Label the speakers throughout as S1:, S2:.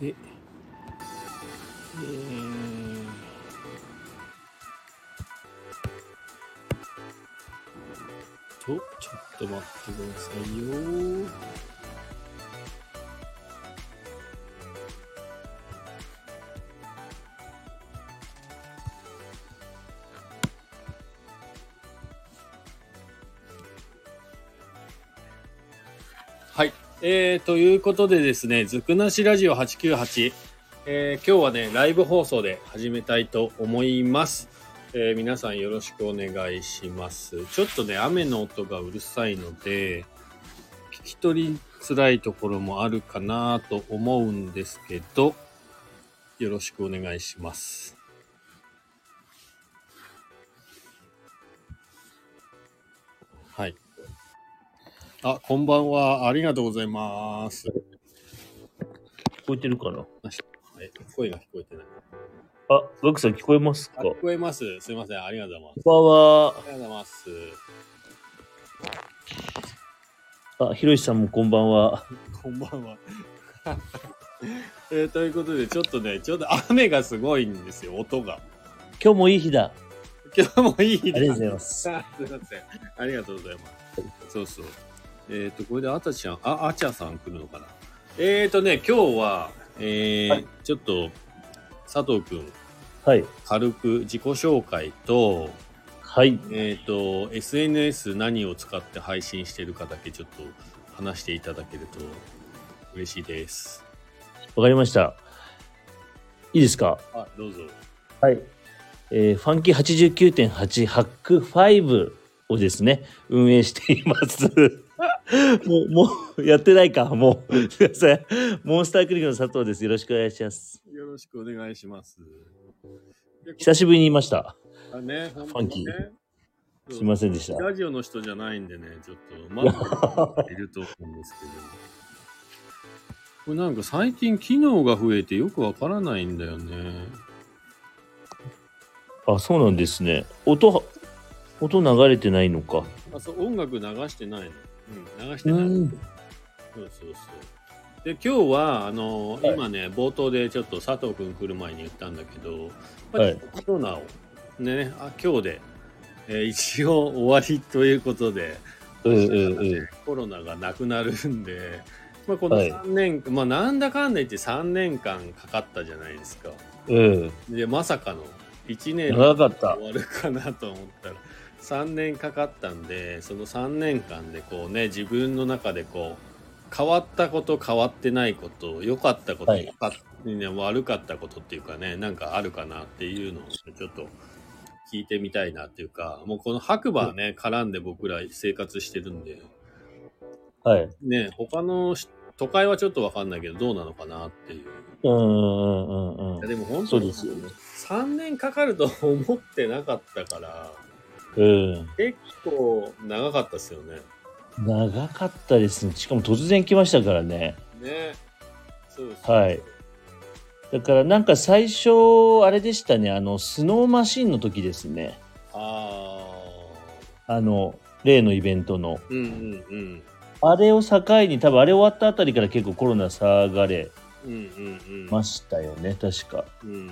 S1: で、えーと、ちょっと待ってくださいよ。はい。えー、ということでですね、ずくなしラジオ898、えー今日はね、ライブ放送で始めたいと思います。えー皆さんよろしくお願いします。ちょっとね、雨の音がうるさいので、聞き取りづらいところもあるかなと思うんですけど、よろしくお願いします。はい。あ、こんばんは。ありがとうございます。
S2: 聞こえてるかな
S1: はい、声が聞こえてない。
S2: あ、ガクさん聞こえます
S1: あ
S2: かこん
S1: 聞こえます。すいません。ありがとうございます。
S2: ばんは。
S1: ありがとうございます。
S2: あ、ひろしさんもこんばんは。
S1: こんばんは。 えーということで、ちょっとね、ちょうど雨がすごいんですよ、音が。
S2: 今日もいい日だ。
S1: 今日もいい
S2: あ
S1: 日
S2: りがとうございま す。
S1: す。あすいません。ありがとうございます。そうそう。えっ、と、これであたちゃん、あ、あちゃさん来るのかな。えっ、ー、とね、今日は、えー
S2: はい
S1: ちょっと、佐藤くん、
S2: はい。
S1: 軽く自己紹介と、
S2: はい。
S1: えっ、と、SNS 何を使って配信してるかだけちょっと話していただけると嬉しいです。
S2: わかりました。いいですか
S1: あ、どうぞ。
S2: はい。えーファンキー89.8ハック5をですね、運営しています。 もう、もう、やってないか、もう。すいません。モンスタークリックの佐藤です。よろしくお願いします。
S1: よろしくお願いします。
S2: 久しぶりに言いました。
S1: あね、フ
S2: ァンキーすいませんでした。
S1: ラジオの人じゃないんでね、ちょっと、まだ いると思うんですけど。これなんか最近機能が増えてよくわからないんだよね。
S2: あ、そうなんですね。音は、音流れてないのか。
S1: あ、そう、音楽流してないの。うん、流して
S2: う
S1: ない。
S2: ん。
S1: そうそうそう。で、今日は、あの、
S2: はい
S1: 今ね、冒頭でちょっと佐藤くん来る前に言ったんだけど、
S2: はい
S1: まあコロナを、ね、あ今日で、えー一応終わりということで、
S2: うんうんうん。
S1: コロナがなくなるんで、まあ、この
S2: はい
S1: 3年、まあ、なんだかんだ言って3年間かかったじゃないですか。
S2: うん。
S1: で、まさかの1年で
S2: 長かった。
S1: 終わるかなと思ったら、3年かかったんで、その3年間でこうね、自分の中でこう、変わったこと、変わってないこと、良かったこと、
S2: はい
S1: 良かったね悪かったことっていうかね、なんかあるかなっていうのをちょっと聞いてみたいなっていうか、もうこの白馬ね、絡んで僕ら生活してるんで、
S2: はい。
S1: ね他のし都会はちょっとわかんないけどどうなのかなっていうい
S2: うんうんうんうん
S1: や。でも本
S2: そ
S1: 当
S2: う
S1: に
S2: ですよね。
S1: 3年かかると思ってなかったから
S2: うん。
S1: 結構長かったですよね
S2: 長かったですね。しかも突然来ましたからね。
S1: ねそうそう
S2: はいだからなんか最初、あれでしたね。あの、スノーマシンの時ですね。
S1: あ
S2: あの、例のイベントの。
S1: ーうんうん
S2: あれを境に、多分あれ終わったあたりから結構コロナ下がれ
S1: うんうんうんう
S2: ま
S1: ん
S2: したよね。確か。
S1: うん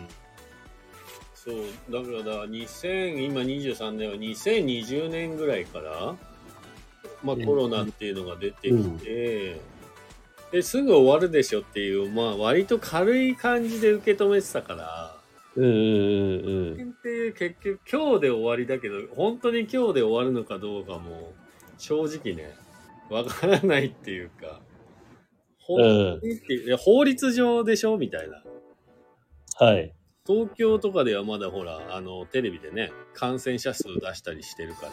S1: そうだから2000今23年は2020年ぐらいから、まあ、
S2: うん
S1: コロナっていうのが出てきて、ですぐ終わるでしょっていう、まあ、割と軽い感じで受け止めてたから
S2: うんうんうんうん。
S1: っていう結局今日で終わりだけど本当に今日で終わるのかどうかも正直ねわからないっていうか本当にっていういや法律上でしょみたいな。
S2: はい。
S1: 東京とかではまだほら、あの、テレビでね、感染者数出したりしてるから、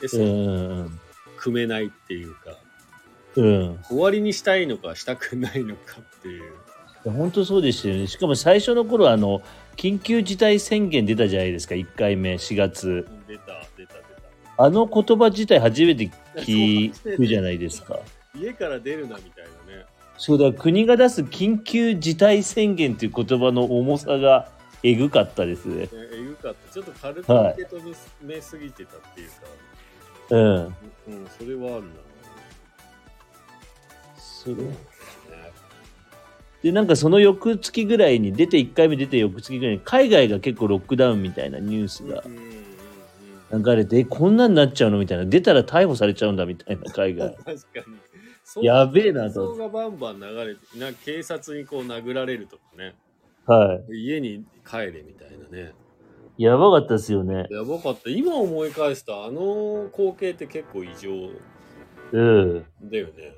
S1: で、
S2: う
S1: そ
S2: ん
S1: う、
S2: うん
S1: 組めないっていうか、
S2: うん。うん。
S1: 終わりにしたいのか、したくないのかっていう。
S2: いや本当そうでしたよね。しかも最初の頃はあの緊急事態宣言出たじゃないですか、1回目、4月。
S1: 出た、出た、出
S2: あの言葉自体初めて聞
S1: そう
S2: くじゃないですか。
S1: た。家から出るな、みたいなね。
S2: そうだ、国が出す緊急事態宣言という言葉の重さがえぐかったですね。
S1: ええぐかった。ちょっと軽く受け止めすぎてたっていうか、
S2: うん。
S1: うん、それはあるな。
S2: それで、なんかその翌月ぐらいに出て、1回目出て翌月ぐらいに、海外が結構ロックダウンみたいなニュースが
S1: うんうんうん
S2: 流れて、えこんなんなっちゃうのみたいな。出たら逮捕されちゃうんだみたいな、海
S1: うん、
S2: 外。
S1: 確かに。そう
S2: やべえなと
S1: 映像がバンバン流れて、なんか警察にこう殴られるとかね。
S2: は
S1: 家に帰れみたいなね。
S2: い。やばかったですよね。
S1: やばかった。今思い返すと、あの光景って結構異常
S2: うん。
S1: だよね。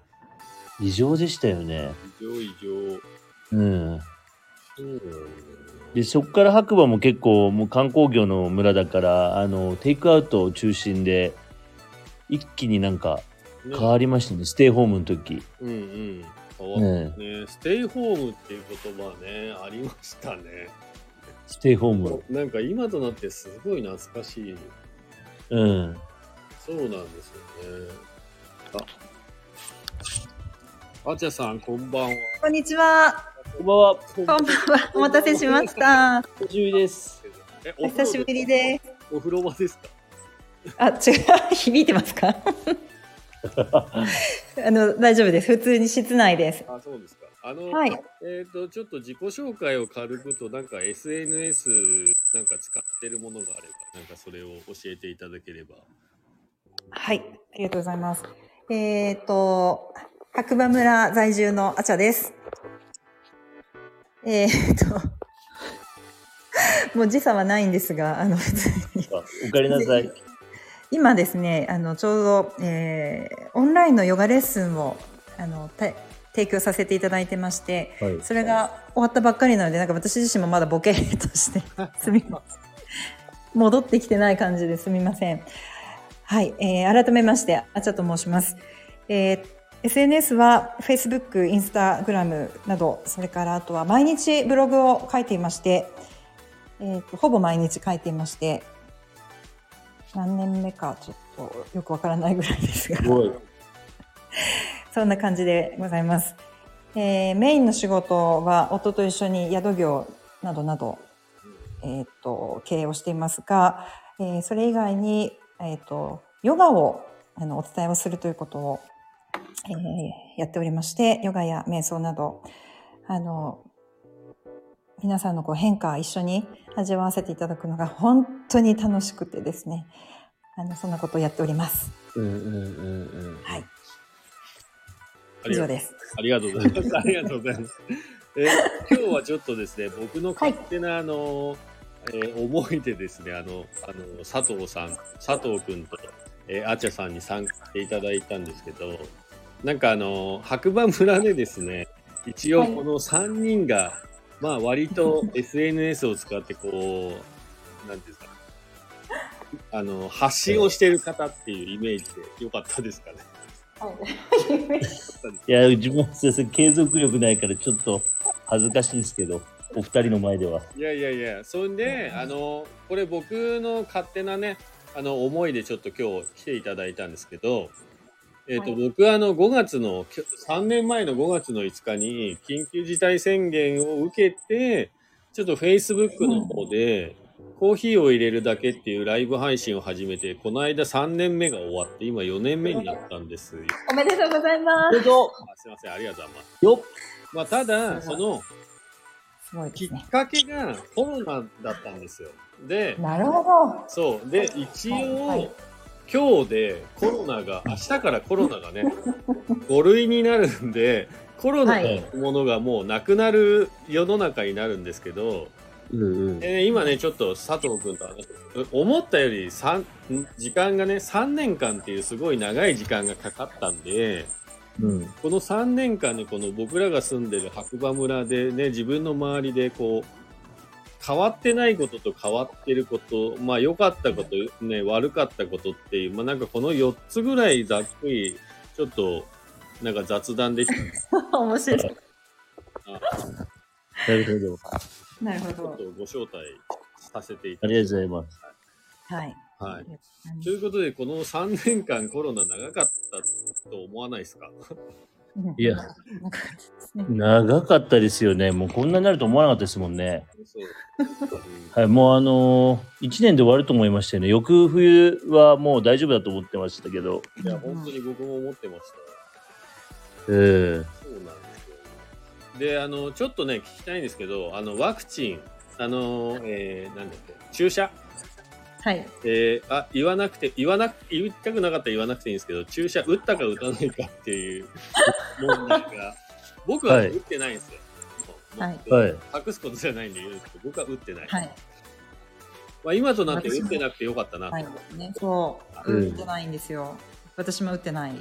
S2: 異常でしたよね。
S1: 異常異常。
S2: うん。
S1: うん
S2: で、そっから白馬も結構、もう観光業の村だから、あの、テイクアウトを中心で、一気になんか
S1: ね
S2: 変わりましたね。ステイホームの時。
S1: うんうん。変わ
S2: うん
S1: っ。たね。ステイホームっていう言葉はね、ありましたね。
S2: ステイホーム。
S1: なんか今となってすごい懐かしい。
S2: うん。
S1: そうなんですよね。あ、あちゃさん、こんばんは。
S3: こんにちは。
S2: こんばんは。
S1: こん
S3: こんばんは。お待たせしました。
S2: おじゅう です。
S1: え、。
S3: お久しぶりです
S1: お風呂場ですか
S3: す。あ、違う。響いてます かあの、大丈夫です。普通に室内です。
S1: あ、そうですか。あの、
S3: はい。
S1: えっ、と、ちょっと自己紹介を軽くと、なんか SNS なんか使ってるものがあれば、なんかそれを教えていただければ。
S3: はい。ありがとうございます。えっ、と、白馬村在住のあちゃです。えっ、と、もう時差はないんですが、あの、普通に。
S2: あおかえりなさい。
S3: 今ですねあのちょうど、えーオンラインのヨガレッスンをあのた提供させていただいてまして
S2: はい。
S3: それが終わったばっかりなのでなんか私自身もまだボケとして すみません戻ってきてない感じですみませんはい、えー改めましてあちゃと申します、えー SNS は Facebook、Instagram などそれからあとは毎日ブログを書いていまして、えーとほぼ毎日書いていまして何年目かちょっとよくわからないぐらいですが
S2: すごい。
S3: そんな感じでございます。えーメインの仕事は夫と一緒に宿業などなど、えーっと経営をしていますが、えーそれ以外に、えーっとヨガをあのお伝えをするということを、えーやっておりましてヨガや瞑想などあの皆さんのこう変化一緒に味わわせていただくのが本当に楽しくてですねあのそんなことをやっております。
S2: うんうんうんうん。
S3: はい、
S1: あ
S3: 以
S1: り
S3: 上
S1: がとう
S3: です。
S1: ありがとうございます。ありがとうございます。え今日はちょっとですね、僕の勝手な、あの、えー思いでですね、あの、あの、佐藤さん、佐藤くんと、えー、あちゃさんに参加していただいたんですけど、なんかあの、白馬村でですね、一応
S3: はい
S1: この3人が、まあ割と SNS を使ってこう、なんていうんですか、あの、発信をしてる方っていうイメージでよかったですかね。
S2: いや、自分はすいません継続力ないから、ちょっと恥ずかしいんですけど、お二人の前では。
S1: いやいやいや、そんで、
S3: うん
S1: あの、これ僕の勝手なね、あの、思いでちょっと今日来ていただいたんですけど、えっ、と、
S3: は
S1: 僕はあの、5月の、きょ3年前の5月の5日に緊急事態宣言を受けて、ちょっと Facebook の方で、コーヒーを入れるだけっていうライブ配信を始めて、この間3年目が終わって、今4年目になったんですよ。
S3: おめでとうございます。
S1: あすいません、ありがとうございます。
S2: よっ
S1: まあ、ただ、その、
S3: すごいで
S1: き
S3: すね
S1: っ。かけがコロナだったんですよ。で、
S3: なるほど。
S1: そう。で、一応、
S3: はいはい
S1: 今日でコロナが、明日からコロナがね、5類になるんで、コロナのものがもうなくなる世の中になるんですけど、
S2: うんうん。
S1: でね今ね、ちょっと佐藤君と話して思ったより三時間がね、3年間っていうすごい長い時間がかかったんで、
S2: うん。
S1: この3年間でこの僕らが住んでる白馬村でね自分の周りでこう変わってないことと変わってることまあ良かったことね悪かったことっていうまあなんかこの4つぐらいざっくりちょっとなんか雑談できた
S3: 面白い。
S2: なるほど。
S3: なるほ
S1: ちょっ
S3: ど。
S1: とご招待させてい
S2: あ
S1: ただ
S2: り
S1: き
S2: がとうございます。
S3: はい。
S1: ます。はい
S3: あの
S1: ということで、この3年間コロナ長かったと思わないですか
S3: うん
S2: いや
S3: こんな感じですね。
S2: 長かったですよね。もうこんなになると思わなかったですもんね。
S1: そう。
S2: はい、もうあのー、1年で終わると思いましたよね。翌冬はもう大丈夫だと思ってましたけど。
S1: いや、本当に僕も思ってました。
S2: うん。
S1: そうなんですよ。で、あの、ちょっとね、聞きたいんですけど、あの、ワクチン、あの、えー、なんだっけ、注射、
S3: はい。
S1: えー、あ、言わなくて、言わなく、言いたくなかったら言わなくていいんですけど、注射打ったか打たないかっていう問題が、僕は
S2: はい
S1: 打ってないんですよ。
S3: はい
S1: もう
S2: はい。
S1: 隠すことじゃないんで言うんですけど、僕は打ってない。
S3: はい。
S1: まあ、今となって
S3: 私
S1: 打
S3: も
S1: ってなくてよかったなと。
S3: はい。ね、そうう。
S2: ん
S3: 打ってないんですよ。私も打ってない。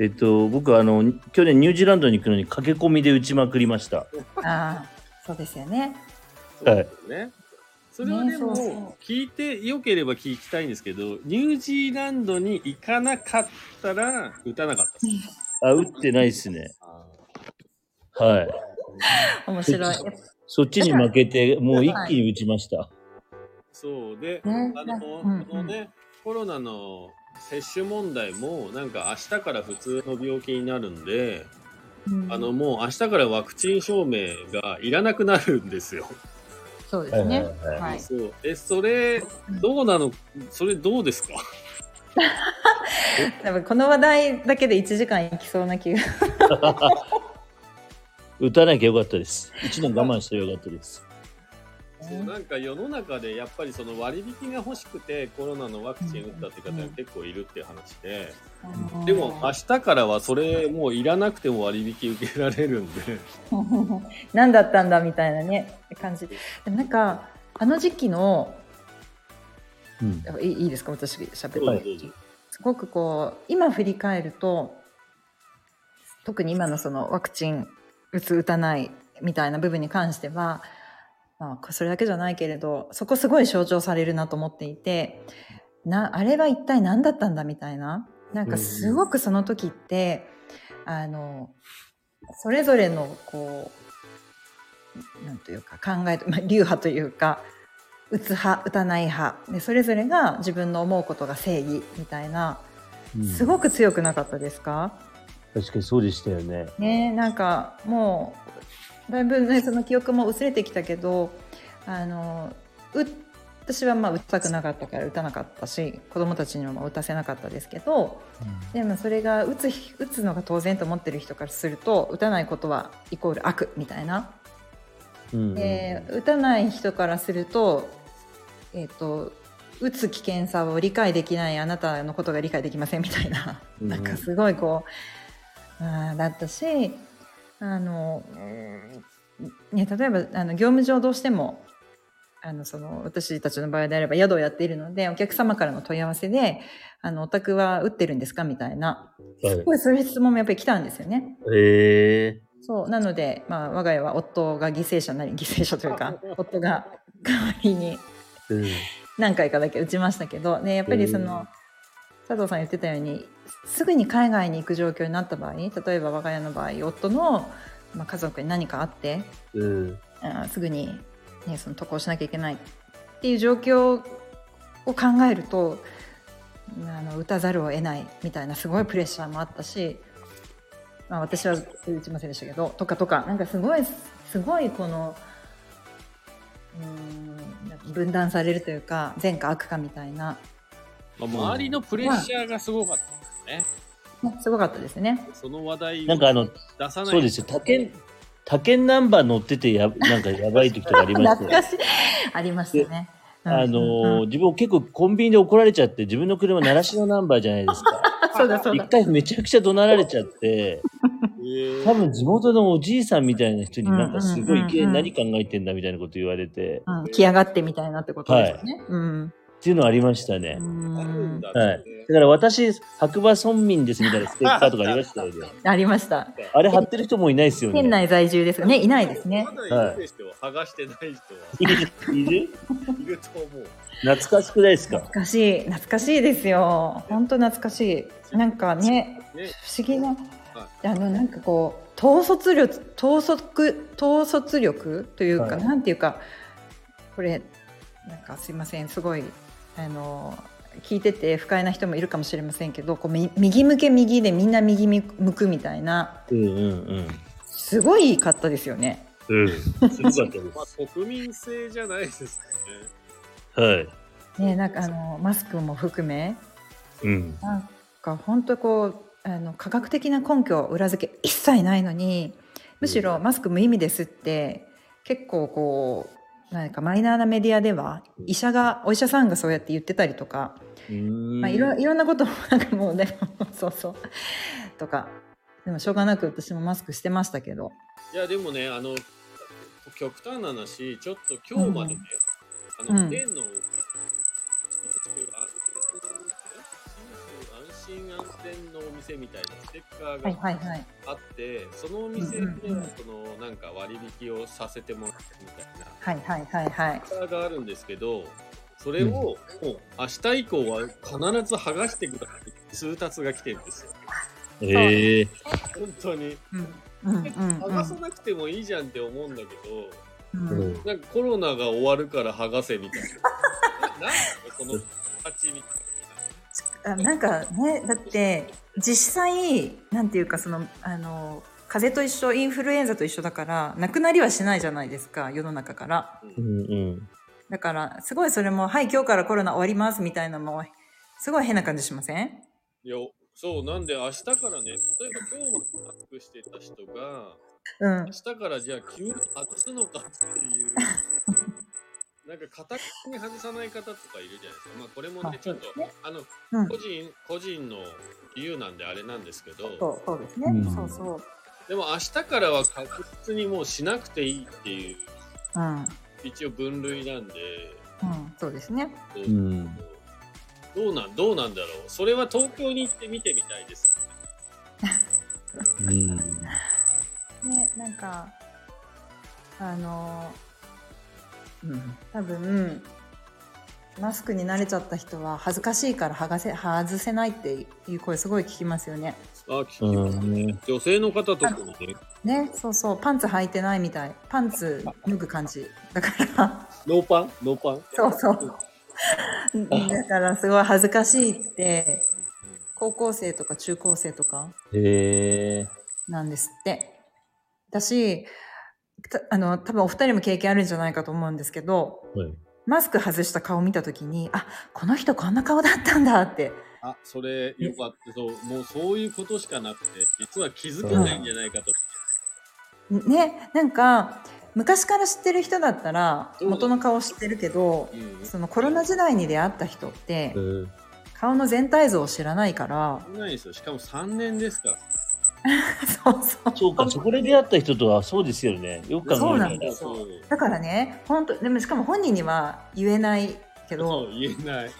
S2: えっと、僕はあの、去年ニュージーランドに行くのに駆け込みで打ちまくりました。
S3: ああ、そうですよね。
S1: そうですよね。それはでも、
S3: ねそうそう
S1: 聞いてよければ聞きたいんですけど、ニュージーランドに行かなかったら打たなかった。
S2: あ、打ってないですね。はい。
S3: 面白い。
S2: そっちに負けて、もう一気に打ちました。
S1: そうで、
S3: ね
S1: あの、
S3: うん
S1: このね、コロナの接種問題も、なんか明日から普通の病気になるんで、
S3: うん
S1: あの、もう明日からワクチン証明がいらなくなるんですよ。
S3: そうですね。
S2: はいはいはい
S3: はい。
S1: そう。え、それ、どうなのそれどうですか
S3: 多分この話題だけで1時間いきそうな気が。
S2: 打たなきゃよかったです。一年我慢してよかったです。
S1: そうなんか世の中でやっぱりその割引が欲しくてコロナのワクチン打ったって方が結構いるって話で、でも明日からはそれもういらなくても割引受けられるんで、
S3: 何だったんだみたいなね感じでもなんかあの時期の
S2: うん。
S3: いいいいですか私喋って、
S1: どうぞどうぞ
S3: すごくこう今振り返ると特に今のそのワクチン打つ打たないみたいな部分に関しては、まあ、それだけじゃないけれどそこすごい象徴されるなと思っていてなあれは一体何だったんだみたいななんかすごくその時って、あのそれぞれのこうなんというか考え、まあ、流派というか打つ派打たない派でそれぞれが自分の思うことが正義みたいなす
S2: い。
S3: ごく強くなかったですか、
S2: 確かにそうでしたよね。
S3: ねなんかもうだいぶねその記憶も薄れてきたけどあのう私はまあ打ちたくなかったから打たなかったし子供たちにも打たせなかったですけどでもそれが打つ打つのが当然と思ってる人からすると打たないことはイコール悪みたいな
S2: うん。
S3: で打たない人からすると,、えっと打つ危険さを理解できないあなたのことが理解できませんみたいな、
S2: うん
S3: なんかすごいこうあーだったしあの、うんね、例えばあの業務上どうしてもあのその私たちの場合であれば宿をやっているのでお客様からの問い合わせで「あのお宅は打ってるんですか?」みたいな
S2: はい
S3: すごいそういう質問もやっぱり来たんですよね。
S2: え
S3: そうなので、まあ、我が家は夫が犠牲者なり犠 牲者というか夫が代わりに
S2: えうん
S3: 何回かだけ打ちましたけど、ね、やっぱりその佐藤さん言ってたようにすぐに海外に行く状況になった場合例えば我が家の場合夫の、まあ、家族に何かあって
S2: うん。
S3: あーすぐに、ね、その渡航しなきゃいけないっていう状況を考えるとあの打たざるを得ないみたいなすごいプレッシャーもあったし、まあ、私は打ちませんでしたけどとかとかなんかすごいすごいこのうーん分断されるというか善か悪かみたいな、
S1: まあ周りのプレッシャーがすごかった。
S3: ねすごかったですね。
S1: その話題
S2: なんかあの、
S1: 出さない
S2: そうですよ。他県、他県ナンバー乗っててや、なんかやばい時とかありました
S3: 懐
S2: よ
S3: かしいありましたね。うん
S2: あ
S3: うん
S2: のー自分結構コンビニで怒られちゃって自分の車鳴らしのナンバーじゃないですか
S3: あそうだそうだ
S2: 一回めちゃくちゃ怒鳴られちゃっ
S1: え
S2: て
S1: ー
S2: 多分地元のおじいさんみたいな人になんかすご
S3: うんうんうんう
S2: い
S3: ん
S2: いきなり何考えてんだみたいなこと言われて
S3: うん、来やがってみたいなってことですよね。うん
S2: っていうのありましたね
S3: うん
S1: あるんだ
S2: は
S1: っ
S2: い
S1: てね
S2: だから私白馬村民ですみたいなステッカーとかありましたよね
S3: ありました。
S2: あれ貼ってる人もいないですよね
S3: 県内在住ですがね、いないですね
S1: ま。だいるでしょ、剥がしてない人はい
S2: るいる
S1: いると思う。
S2: 懐かしくないですか
S3: 懐かしい、懐かしいですよ。本当懐かしい。なんかね、
S1: ね
S3: 不思議な、あのなんかこう統率力、統率統率力というか、
S2: はい
S3: なんていうか、これなんかすいません、すごいあの聞いてて不快な人もいるかもしれませんけどこうみ右向け右でみんな右向くみたいな
S2: うんうん
S3: すごいかったですよね。
S2: うん。うん。そうだったで
S1: まあ、国民性じゃないですかね。
S2: す。はい。
S3: ねなんかあのマスクも含め
S2: うん。
S3: なんか本当こうあの科学的な根拠裏付け一切ないのにむしろマスク無意味ですって結構こうなんかマイナーなメディアでは医者がお医者さんがそうやって言ってたりとか、
S2: うん
S3: まあ、いろいろんなこともなんかもうでもそうそう とかでもしょうがなく私もマスクしてましたけど
S1: いやでもねあの極端な話ちょっと今日までね、
S3: う
S1: あ
S3: んう
S1: の
S3: ん
S1: 天の、安心安全のお店みたいなステッカー
S3: はい
S1: が
S3: はいはい
S1: あって、そのお店では
S3: うんうんうん
S1: そのなんか割引をさせてもらってみたいなス
S3: はいはいはいはい
S1: テッカーがあるんですけどそれをもう明日以降は必ず剥がしてくださいって通達が来てるんですよ
S2: ええ
S1: 本当に
S3: うんうんうん
S1: 剥がさなくてもいいじゃんって思うんだけど、
S3: うんうん
S2: ー。
S1: なんかコロナが終わるから剥がせみたいな。なんかこの形みたい
S3: あなんかねだって実際なんていうかそのあの風邪と一緒インフルエンザと一緒だからなくなりはしないじゃないですか世の中から
S1: な。
S2: うんうん。
S3: だからすごいそれも「はい今日からコロナ終わります」みたいなのもすごい変な感じしません
S1: いや、そう、なんで明日からね、例えば今日もマスクしてた人が、
S3: うん
S1: 明日からじゃあ急に外すのかって いう。なんか片手に外さない方とかいるじゃないですか。まあこれも
S3: まあ
S1: ね、ちょっと
S3: そうです、
S1: あの、
S3: うん
S1: 個人、個人の理由なんであれなんですけど、
S3: そうそうですね、
S2: うん
S3: そうそう
S1: でも明日からは確実にもうしなくていいっていう、
S3: うん
S1: 一応分類なんで、
S3: うんそうですね
S1: こう
S2: うん。
S1: どうなんどうなんだろうそれは東京に行って見てみたいです。
S2: うん。
S3: ねなんかあの多分マスクに慣れちゃった人は恥ずかしいから剥がせ外せないっていう声すごい聞きますよね。
S1: あ聞き
S2: う
S1: ます
S2: ん。ね。
S1: 女性の方特にね。
S3: ねそうそうパンツ履いてないみたいパンツ脱ぐ感じだから
S1: ノーパンノーパン
S3: そうそうだからすごい恥ずかしいって高校生とか中高生とか
S2: ええ
S3: なんですってだしたあの多分お二人も経験あるんじゃないかと思うんですけど
S2: はい。
S3: マスク外した顔見た時にあこの人こんな顔だったんだって
S1: あそれよかったそうもうそういうことしかなくて実は気づけないんじゃないかと。
S3: ねなんか昔から知ってる人だったら元の顔知ってるけど
S1: うん
S3: そのコロナ時代に出会った人って
S2: うん
S3: 顔の全体像を知らないから
S1: 少ないですよしかも3年ですから。
S3: そうそう
S2: そうか、そこで出会った人とはそうですよね。よく考えた
S3: そ
S2: ら
S3: うなん。ですよ
S1: そう
S3: だからね本当でもしかも本人には言えない
S1: そ
S3: けど
S1: う言えない。
S3: い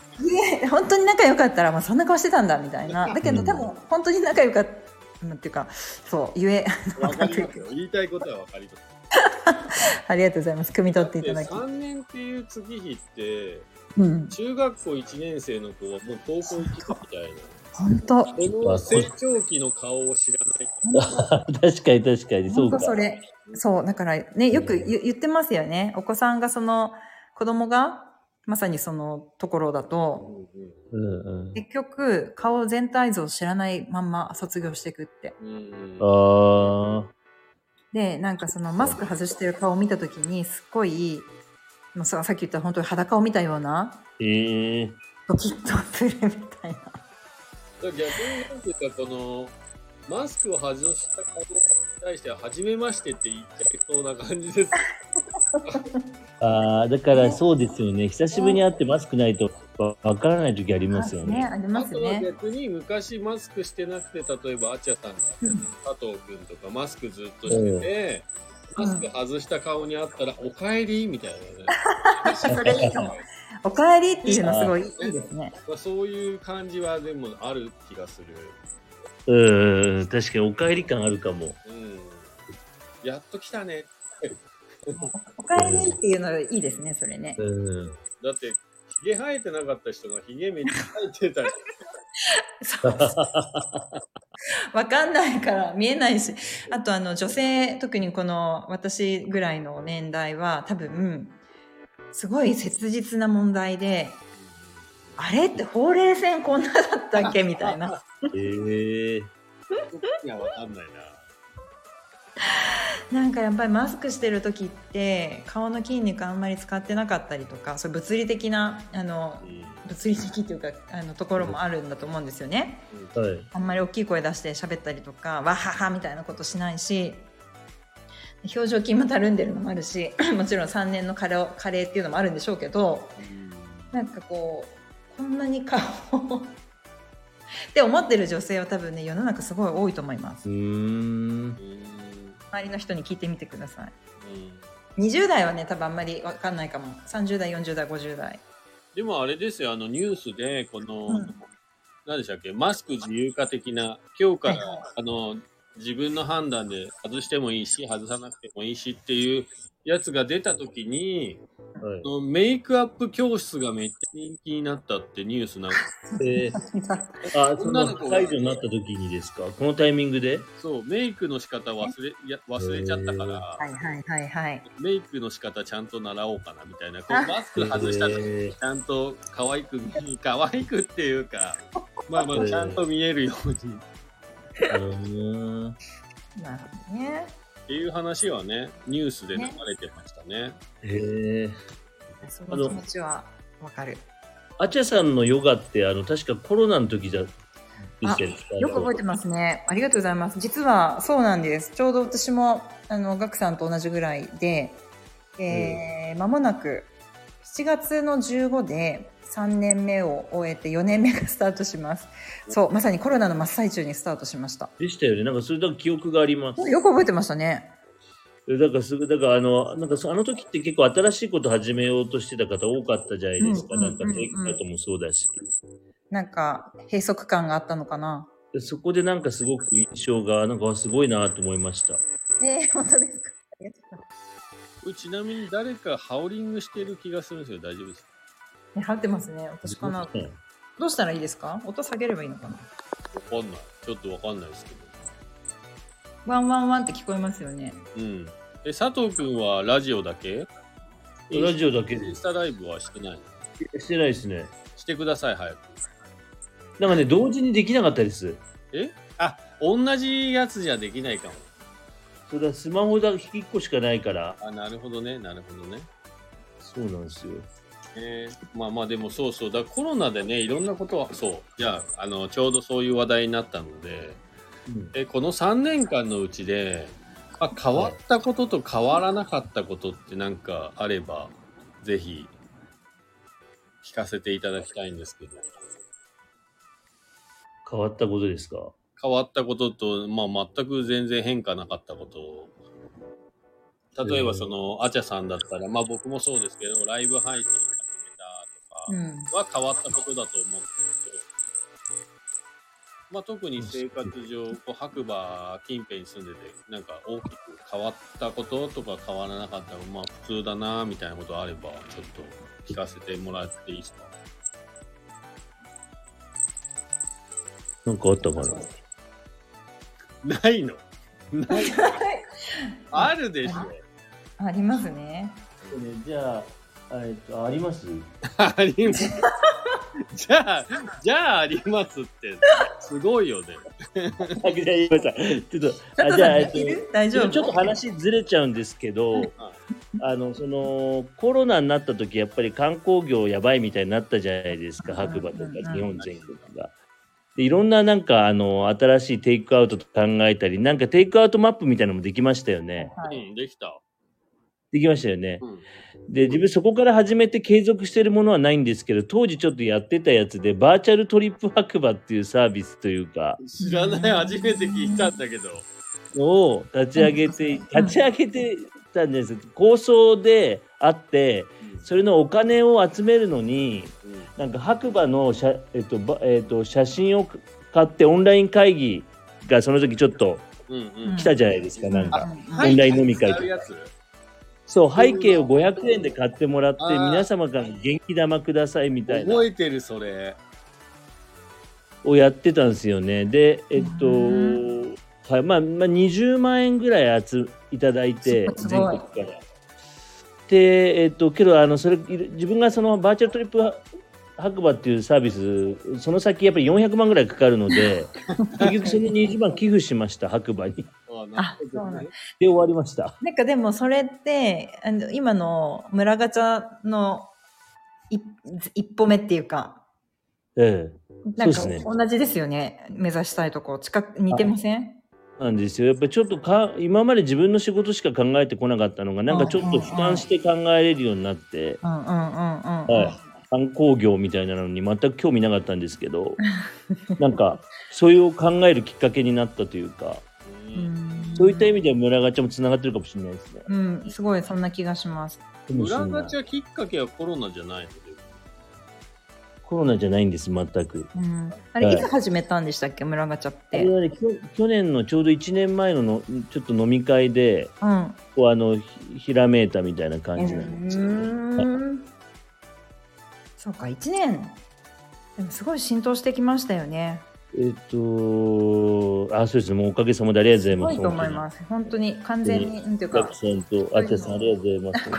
S3: え本当に仲良かったら、まあ、そんな顔してたんだみたいなだけ
S2: う
S3: ど
S2: ん
S3: 多分本当に仲良かったっていうかそう言え
S1: わかりますよ。言いたいことはわかります。
S3: ありがとうございます汲み取っていただき、
S1: 3年っていう月日って
S3: うん、
S1: 中学校1年生の子はもう高校行きみたいな。
S3: 本当
S1: この成長期の顔を知らない。
S2: 確かに確かに、そ
S3: 本
S2: うか
S3: 当。それそうだからねよくゆ言ってますよねお子さんがその子供がまさにそのところだと
S2: うんうん。
S3: 結局顔全体像を知らないまんま卒業していくって
S1: うん
S2: ああ。
S3: でなんかそのマスク外してる顔を見た時にすっごいもうささっき言った本当に裸を見たような
S2: ええ
S3: ドキッとするみたいな
S1: だから逆になんていうかこのマスクを外した方に対しては初めましてって言っちゃいそうな感じです。
S2: ああ、だからそうですよね。久しぶりに会ってマスクないとわわからない時ありますよね。
S3: あり
S1: あ
S3: ます
S1: とは
S3: ね
S1: 逆に昔マスクしてなくて例えばあちゃさんが
S3: うん
S1: 佐藤君とかマスクずっとしてて、
S3: うん
S1: マスク外した顔にあったら「おかえり」み たいなね。
S3: それいいかもおかえりっていうのすごいいいですね
S1: まあそういう感じはでもある気がする。
S2: うんうんうん、確かにお帰り感あるかも。
S1: うん、やっと来たね
S3: おかえりっていうのいいですねそれね
S2: うん。
S1: だって、ひげ生えてなかった人がひげめっちゃ生えてたり、
S3: そうわかんないから見えないしあとあの女性特にこの私ぐらいの年代は多分すごい切実な問題であれってほうれい線こんなだったっけみたいな。
S2: ええ
S1: いや、わかんないな。
S3: なんかやっぱりマスクしてる時って顔の筋肉あんまり使ってなかったりとかそういう物理的なあの物理的っていうかあのところもあるんだと思うんですよね。
S2: はい。
S3: あんまり大きい声出して喋ったりとかわははみたいなことしないし表情筋もたるんでるのもあるし もちろん3年の加齢加齢っていうのもあるんでしょうけど
S1: うん
S3: なんかこうこんなに顔を って思ってる女性は多分ね世の中すごい多いと思います
S2: う。ーん。
S1: うんうん
S3: 周りの人に聞いてみてください。20代はね多分あんまりわかんないかも30代40代50代
S1: でもあれですよ、あのニュースで、この、
S3: うん
S1: 何でしたっけ、マスク自由化的な、今日から、
S3: はいは
S1: あの、自分の判断で外してもいいし、外さなくてもいいしっていうやつが出た時に、
S2: はい
S1: あ。のメイクアップ教室がめっちゃ人気になったってニュースなんか、
S2: えー、あ、そ
S1: 女
S2: の
S1: の子
S2: 解除になった時にですかこのタイミングで
S1: そう、メイクの仕方忘れ、いや忘れちゃったから、
S3: いはいはいはい
S1: メイクの仕方ちゃんと習おうかなみたいな、こうマスク外した時
S2: え
S1: ち
S2: ー
S1: ゃんと可愛く見可愛くっていうか、まあまあちゃんと見えるようにっ
S2: うーん
S3: なるほどね
S1: ていう話はね、ニュースで流れてましたね。
S2: えー。
S3: その気持ちはわかる
S2: あちゃさんのヨガって、あの、確かコロナの時じゃ、でしたよね
S3: よく覚えてますねありがとうございます実はそうなんですちょうど私もあのガクさんと同じぐらいでえー間もなく7月の15で3年目を終えて4年目がスタートしますそうまさにコロナの真っ最中にスタートしました
S2: でしたよね。なんか、それだけ記憶があります。
S3: よく覚えてましたね
S2: だからすぐ、だからあの、なんかそあの時って結構新しいこと始めようとしてた方多かったじゃないですか。
S3: うんう
S2: な
S3: んうん
S2: ん
S3: う
S2: か
S3: ん
S2: テイクアウトもそうだし。
S3: なんか閉塞感があったのかな
S2: でそこでなんかすごく印象が、なんかあすごいなと思いました。
S3: えー、本当ですか。ありがとうございます
S1: うちなみに誰かハウリングしてる気がするんですよ、大丈夫ですか
S3: え入ってますね。私かな。
S2: うん
S3: どうしたらいいですか。音下げればいいのかな。
S1: わかんない。ちょっとわかんないですけど。
S3: ワンワンワンって聞こえますよね。
S1: うん。え、佐藤くんはラジオだけ
S2: ラジオだけ
S1: イ
S2: で
S1: ンスタライブはしてない
S2: してないですね。
S1: してください、早く。
S2: なんかね、同時にできなかったです。
S1: えあ、同じやつじゃできないかも。
S2: それはスマホだけ引きっこしかないから。
S1: あ、なるほどね、なるほどね。
S2: そうなんですよ。
S1: えーまあまあでもそうそうだからコロナでねいろんなことはそうじゃああのちょうどそういう話題になったので
S2: うん
S1: えこの3年間のうちで、まあ、変わったことと変わらなかったことってなんかあればぜひ聞かせていただきたいんですけど
S2: 変わったことですか
S1: 変わったことと、まあ、全く全然変化なかったこと例えばその、あちゃさんだったら、まあ僕もそうですけど、ライブ配信始めたとか、
S3: ん。
S1: は変わったことだと思うんですけど、まあ、特に生活上こう白馬近辺に住んでてなんか大きく変わったこととか変わらなかったらまあ普通だなみたいなことあればちょっと聞かせてもらっていいですか
S2: なんかあったかな
S1: ないのないあるでしょ
S3: ありますね。
S2: じゃあ、えっと、あります
S1: ありますじゃあじゃあありますってすごいよね
S2: あ、じゃあ、ごめんなさい。ちょっと、
S3: 佐
S2: あじ
S3: 藤さ
S2: ゃあ、
S3: ん
S2: え
S3: で
S2: っ
S3: き
S2: と、
S3: る？大
S2: ち
S3: 丈
S2: ょ
S3: 夫？
S2: っと話ずれちゃうんですけど、あのそのコロナになった時やっぱり観光業やばいみたいになったじゃないですか
S3: うんうん
S2: 白馬と
S3: うん
S2: か日本全国が。でいろんななんかあの新しいテイクアウトと考えたりなんかテイクアウトマップみたいなのもできましたよね。
S3: は
S1: う
S3: い。
S1: んできた、
S2: できましたよね。
S1: うん、
S2: で自分そこから始めて継続してるものはないんですけど当時ちょっとやってたやつでバーチャルトリップ白馬っていうサービスというか
S1: 知らない初めて聞いたんだけど
S2: を立ち上げて立ち上げてたんです構想であってそれのお金を集めるのに
S1: うん
S2: なんか白馬の写,、えっとばえっと写真を買ってオンライン会議がその時ちょっと
S1: うんうん
S2: 来たじゃないですか、なん
S1: あ
S2: か
S3: うん
S1: は
S2: オ
S1: い
S2: ンライン飲み会
S1: 使うやつ
S2: そう背景を500円で買ってもらって
S1: あー
S2: 皆様から元気玉くださいみたいな
S1: 覚えてるそれ
S2: をやってたんですよねでえっと
S3: う
S2: はいまあ、まあ、20万円ぐらい集いただいて
S3: す
S2: 全
S3: ごい
S2: 国から。でえっとけどあのそれいる自分がそのバーチャルトリップ白馬っていうサービス、その先やっぱり400万ぐらいかかるの で、結局それに20万寄付しました、白馬に。で
S1: あ
S3: あそうなんだ
S2: 終わりました。
S3: なんかでもそれって、あの今の村ガチャの一一歩目っていうか、
S2: ええ。
S3: なん
S2: そ
S3: か
S2: うですね
S3: 同じですよね。目指したいとこ、近く似てません
S2: なんですよ。やっぱりちょっとか、今まで自分の仕事しか考えてこなかったのが、なんかちょっと俯瞰して考えれるようになって、
S3: うんうんうんうん。
S2: はい。観光業みたいなのに全く興味なかったんですけど、 なんか、それを考えるきっかけになったというか、
S3: うん
S2: そういった意味では村ガチャもつながってるかもしれないですね。
S3: うん、すごい、そんな気がします。
S2: かもしれな
S1: 裏
S2: い
S1: ガチャきっかけはコロナじゃないので
S2: コロナじゃないんです、全く。
S3: うん、あ
S2: は
S3: れ、
S2: い
S3: いつ始めたんでしたっけ、村ガチャっ
S2: あれ
S3: て。
S2: はね、きょ去年のちょうど1年前ののちょっと飲み会で
S3: うん。
S2: こうあのひひらめいたみたいな感じなんですよね、
S3: うん。そうか、一年。でも、すごい浸透してきましたよね。
S2: えっ、とあそうですねもうおかげさまでありがとう
S3: す
S2: ござい
S3: ご
S2: ます
S3: いと思います。本当に、完全に、なんていう
S2: 本
S3: か
S2: 当。にガクさんとあきらさんありがとうございます
S3: こ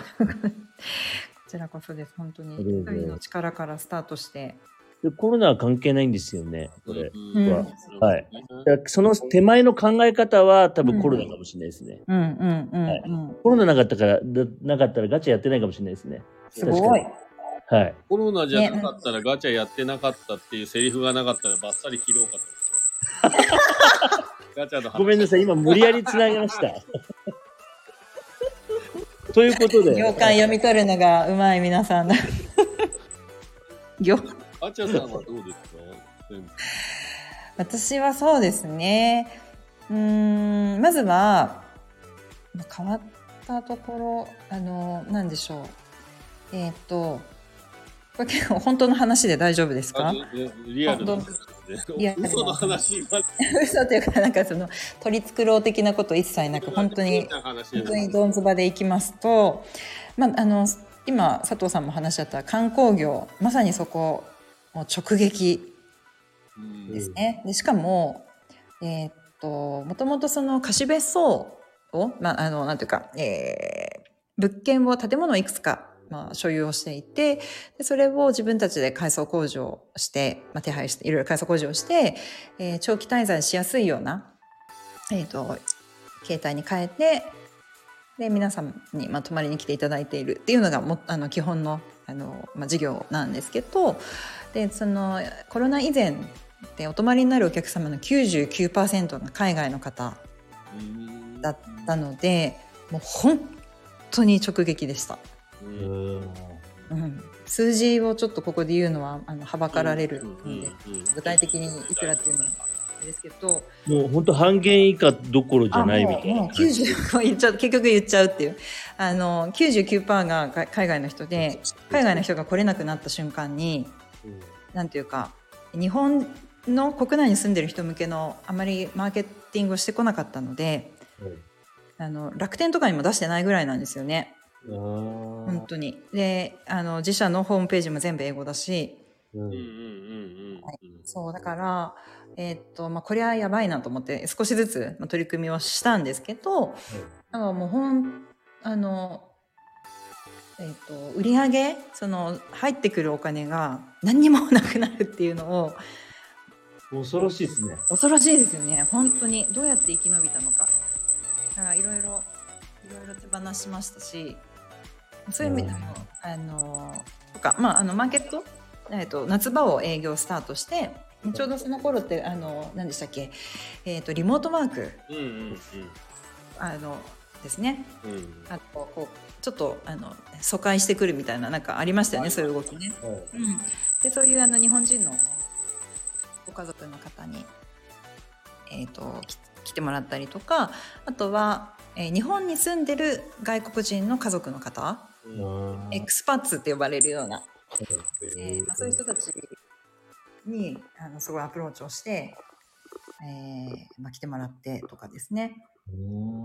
S3: ちらこそです、本当に。
S2: ありがとうございます
S3: 一人の力からスタートして。
S2: でコロナは関係ないんですよねこれ、
S1: うん
S3: うん
S2: はいだからその手前の考え方は多分コロナかもしれないですね、
S3: うんうんうん、
S2: はい
S3: うん。
S2: コロナなかったからだなかったらガチャやってないかもしれないですね
S3: すごい。
S2: はい
S1: コロナじゃなかったらガチャやってなかったっていうセリフがなかったらばっさり切ろうかと思って。ガチャの話
S2: ごめんなさい今無理やりつなげました ということで
S3: 行間読み取るのがうまい皆さん だ。行
S1: ガチャさんはどうですか全部
S3: 私はそうですね。うーん、まずは、まあ変わったところ、あの、なんでしょう。えーっと、これ結構本当の話で大丈夫です
S1: あ
S3: か
S1: 全然リアルな
S3: あ
S1: 話で
S3: リアルな
S1: 嘘の話は
S3: 嘘というか、なんかその、取り繕う的なこと一切なく、本当に本当にどんずばでいきますと、まあ、あの今佐藤さんも話し合った観光業まさにそこを直撃
S1: うん
S3: ですね。でしかも、えーっともともとその貸別荘を、まあ、あのなんていうか、えー物件を建物をいくつか、まあ、所有をしていてでそれを自分たちで改装工事をして、まあ、手配していろいろ改装工事をして、えー長期滞在しやすいような、えー、と携帯に変えてで皆さんに、まあ、泊まりに来ていただいているっていうのがもあの基本のあの、まあ、事業なんですけどでそのコロナ以前でお泊まりになるお客様の99%が海外の方
S1: うん
S3: だったのでもう本当に直撃でした。
S1: うん
S3: うん、数字をちょっとここで言うのはあのはばかられるので、具体的にいくらっていうのはあれですけど
S2: もう本当半減以下どころじゃないみたい
S3: あもう
S2: な
S3: もう。90を言っちゃう結局言っちゃうっていうあの99%が海海外の人で海外の人が来れなくなった瞬間になんていうか日本の国内に住んでる人向けのあまりマーケティングをしてこなかったのであの楽天とかにも出してないぐらいなんですよね本当に。であの自社のホームページも全部英語だし
S1: うんうんうんうん
S3: そうだから、えーっとまあ、これはやばいなと思って少しずつ、まあ、取り組みをしたんですけど、なんかもうほんあの、えーっと売り上げその入ってくるお金が何にもなくなるっていうのを
S2: 恐ろしいですね。
S3: 恐ろしいですよね本当にどうやって生き延びたのかだからいろいろいろいろ手放しましたしそういう意味でも、あのとかまああのマーケット、えっと夏場を営業スタートしてちょうどその頃ってあの何でしたっけ、えっとリモートワーク
S1: うんうん
S3: あのですね
S1: うんうん
S3: あとこうちょっとあの疎開してくるみたいななんかありましたよねそういう動きね。うん、でそういうあの日本人のご家族の方に、えー、とき来てもらったりとかあとは、えー日本に住んでる外国人の家族の方エクスパッツって呼ばれるような、えーまあ、そういう人たちにあのすごいアプローチをして、えーまあ、来てもらってとかですね。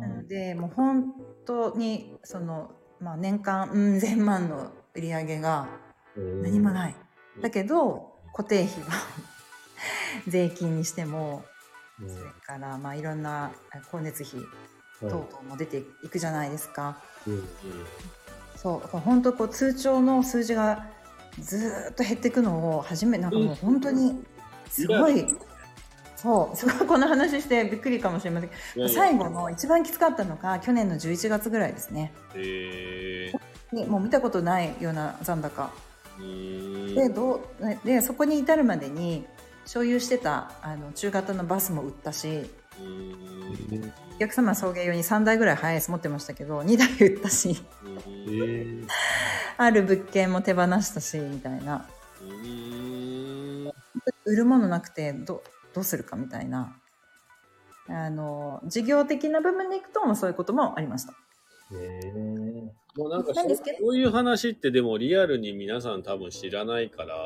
S3: なのでもう本当にその、まあ、年間うん1000万の売り上げが何もない。
S1: うん
S3: だけど、固定費は 税金にしても、それから、まあ、いろんなあ光熱費等々も出ていくじゃないですか。そう、だから本当こう通帳の数字がずーっと減っていくのを初めなんかもう本当にすごい、そうすごいこの話してびっくりかもしれませんけ
S1: いや
S3: ど
S1: いや
S3: 最後の一番きつかったのが去年の11月ぐらいですね
S1: え
S3: にもう見たことないような残高
S1: ー、
S3: でどうでそこに至るまでに所有してたあの中型のバスも売ったし
S1: うーん
S3: お客様送迎用に3台ぐらいハイエース持ってましたけど2台売ったし
S2: えー、
S3: ある物件も手放したしみたいな
S1: うーん
S3: 売るものなくてどどうするかみたいなあの事業的な部分でいくともうそういうこともありました。
S2: え
S1: もうなんか
S3: なん
S1: そ
S3: で
S1: う
S3: すけど
S1: そういう話ってでもリアルに皆さん多分知らないから、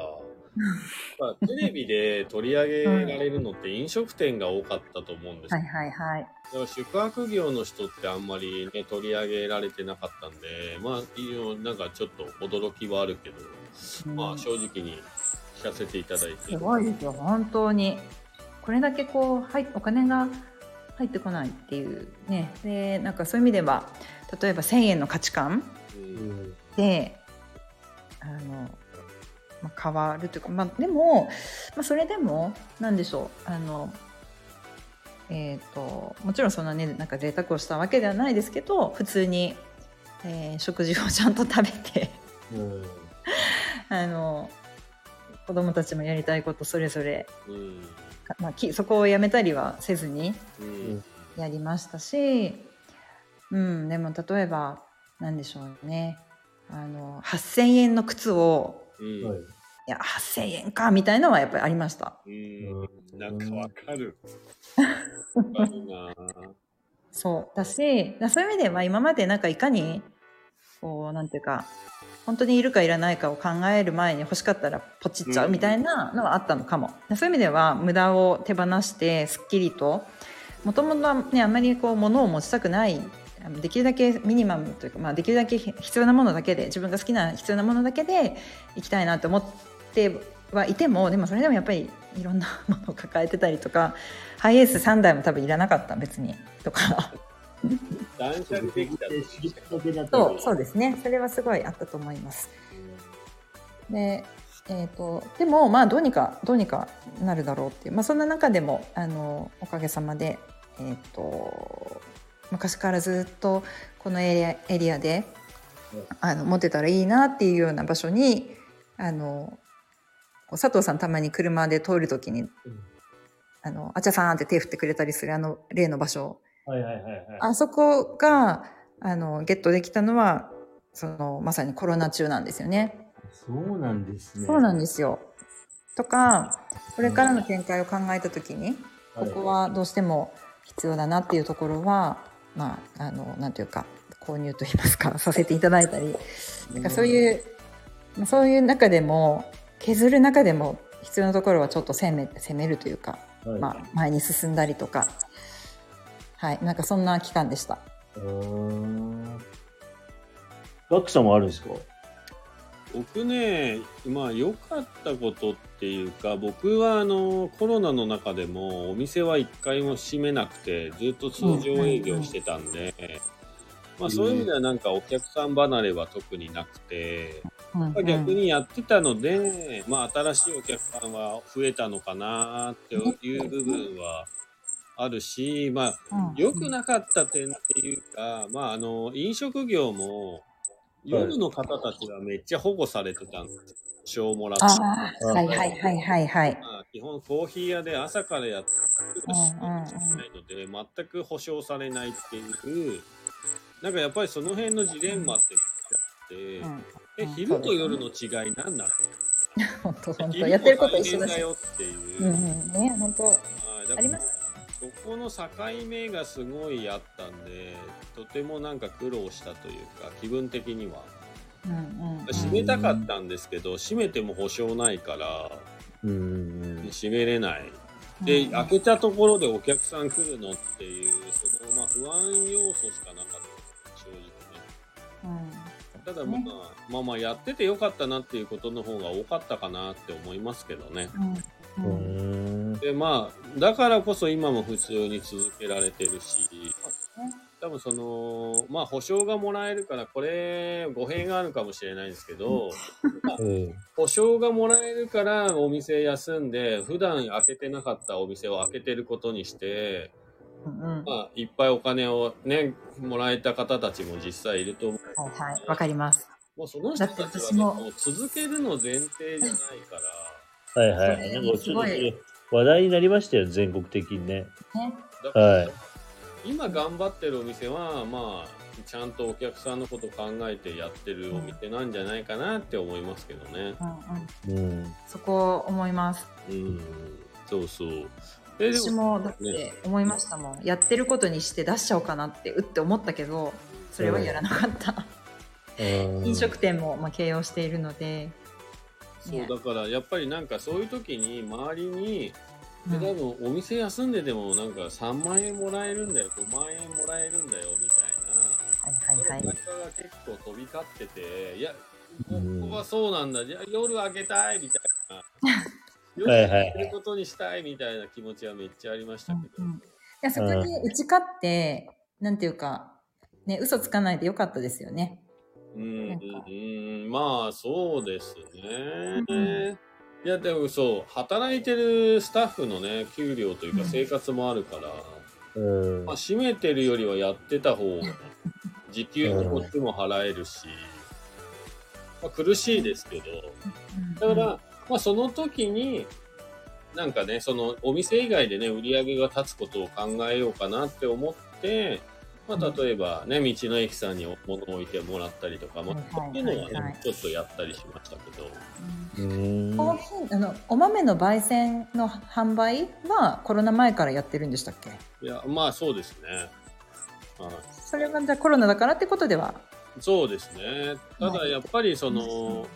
S1: まあ、テレビで取り上げられるのって飲食店が多かったと思うんです
S3: は
S1: よ
S3: いはいはい。
S1: だから宿泊業の人ってあんまりね、取り上げられてなかったんで、まあ、いいよなんかちょっと驚きはあるけど、
S3: うん
S1: まあ正直に聞かせていただいて。
S3: すごいですよ本当にこれだけこう入っお金が入ってこないっていうねでなんかそういう意味では例えば1,000円の価値観
S1: うん
S3: であの、まあ、変わるというか、まあ、でも、まあ、それでも何でしょうあのえっ、ともちろんそんなねなんか贅沢をしたわけではないですけど普通に、えー食事をちゃんと食べて
S2: うん
S3: あの子供たちもやりたいことそれぞれ
S1: うん。
S3: かまあ、きそこをやめたりはせずに
S1: うん。
S3: やりましたし、うん、でも例えば何でしょうねあの8,000円の靴を
S1: うん。
S2: はい
S3: いや8,000円かみたいのはやっぱりありました
S1: うん。なんかわか る。わかるなぁ
S3: そうだしだそういう意味では今までなんかいかにこうなんていうか本当にいるかいらないかを考える前に欲しかったらポチっちゃうみたいなのはあったのかも、だそういう意味では無駄を手放してすっきりともともとはねあんまりこう物を持ちたくないあのできるだけミニマムというか、まあ、できるだけ必要なものだけで自分が好きな必要なものだけで行きたいなと思ってはいてもでもそれでもやっぱりいろんなものを抱えてたりとかハイエース3台も多分いらなかった別にとか
S1: 断捨離できた。
S3: そうそうですねそれはすごいあったと思います。でえー、とでもまあどうにかどうにかなるだろうっていう、まあ、そんな中でもあのおかげさまで、えー、と昔からずっとこのエリアエリアであの持てたらいいなっていうような場所にあのこう佐藤さんたまに車で通る時に「あのあちゃさん」って手振ってくれたりするあの例の場所
S2: はいはいはいはい
S3: あそこがあのゲットできたのはそのまさにコロナ中なんですよね。
S2: そうなんですね
S3: そうなんですよ。とかこれからの展開を考えた時にここはどうしても必要だなっていうところは、まああのなんていうか購入といいますか させていただいたりなんかそういう、まあそういう中でも削る中でも必要なところはちょっと攻め攻めるというか、
S2: はい
S3: まあ、前に進んだりとか、はい、なんかそんな期間でした。
S2: うーんガックさんもあるんですか
S1: 僕ね、まあ良かったことっていうか、僕はあのコロナの中でもお店は一回も閉めなくて、ずっと通常営業してたんで、まあそういう意味ではなんかお客さん離れは特になくて、
S3: うんうん
S1: まあ逆にやってたので、まあ新しいお客さんは増えたのかなっていう部分はあるし、まあ良くなかった点っていうか、まあ、あの、飲食業も、夜の方たちがめっちゃ保護されてたんですよ。賞をもらって。
S3: ああ、はいはいはいはいはい。
S1: まあ基本コーヒー屋で朝からやってるとし
S3: うんうんうん
S1: ないので、全く保証されないっていう、なんかやっぱりその辺のジレンマってめっち
S3: う
S1: ゃあって、
S3: ん、
S1: え、
S3: うん
S1: 昼と夜の違い何なの
S3: 本当本当
S1: 昼も
S3: やってること一緒だ
S1: 大変だ
S3: し。
S1: よっていう。
S3: うんうん、ね、本当
S1: はいだから
S3: あります。
S1: そこの境目がすごいあったんで、とてもなんか苦労したというか、気分的には。
S3: うんうんうん。
S1: 閉めたかったんですけど、閉めても保証ないから、
S2: うんうん
S1: 閉めれない。
S3: う
S1: で、
S3: ん
S1: 開けたところでお客さん来るのっていう、そのまあ不安要素しかなかった、正直ね。
S3: うん
S1: ただまあ、
S3: ね
S1: まあまあやっててよかったなっていうことの方が多かったかなって思いますけどね。
S3: う
S2: うん
S3: うん。
S2: ん
S1: で、まあ、だからこそ今も普通に続けられてるし、だ多分その、まあ保証がもらえるから、これ語弊があるかもしれないんですけど、
S2: うん
S1: 保証がもらえるからお店休んで、普段開けてなかったお店を開けてることにして、
S3: うんう
S1: ま
S3: ん。
S1: あいっぱいお金をね、もらえた方たちも実際いると思う。
S3: はいはい。わかります。
S1: もうその人たち
S3: だって
S1: は
S3: 私も
S1: もう続けるの前提じゃないから、
S2: はいは
S3: そ
S2: い。
S3: れ
S2: なんかちょっとそ
S3: すご
S2: れ話題になりましたよ、全国的にね。
S3: ね。
S1: だから、
S2: はい
S1: 今頑張ってるお店はまあちゃんとお客さんのこと考えてやってるお店なんじゃないかなって思いますけどね。
S3: うんうん。
S2: うん。
S3: そこ思います。
S1: うん、そうそう。え
S3: 私もだって思いましたもん。やってることにして出しちゃおうかなって、うって思ったけど、それはやらなかった。飲食店もまあ経営をしているので。
S1: そうだからやっぱりなんかそういう時に周りに、
S3: う
S1: で
S3: ん
S1: 多分お店休んででもなんか3万円もらえるんだよ5万円もらえるんだよみたい
S3: はい
S1: な、
S3: はいはい
S1: その。会話が結構飛び交ってていやこ
S2: うん
S1: こはそうなんだじゃあ夜開けたいみたいな 夜
S2: はいはいは
S1: 開
S2: い
S1: けることにしたいみたいな気持ちはめっちゃありましたけど、
S3: うんうんいや、そこに打ち勝って、なんていうか、ね、嘘つかないでよかったですよね。
S1: うんうん
S3: なんか
S1: うん、まあそうですね。
S3: う
S1: いやでもそう働いてるスタッフのね給料という
S3: う
S1: か
S3: ん
S1: 生活もあるから、
S2: うん。
S1: まあ、閉めてるよりはやってた方が 時給もこっちも払えるし、まあ、苦しいですけどだから、まあ、その時になんかねそのお店以外でね売り上げが立つことを考えようかなって思って、まあ、例えばね道の駅さんに物を置いてもらったりとか、まあ
S3: はい
S1: そういうのは
S3: はい
S1: ねちょっとやったりしましたけど。
S3: うん
S2: うん
S3: コーヒー、あの、お豆の焙煎の販売はコロナ前からやってるんでしたっけ
S1: いやまあそうですね。はい
S3: それはじゃあコロナだからってことでは。
S1: そうですね。ただやっぱりその、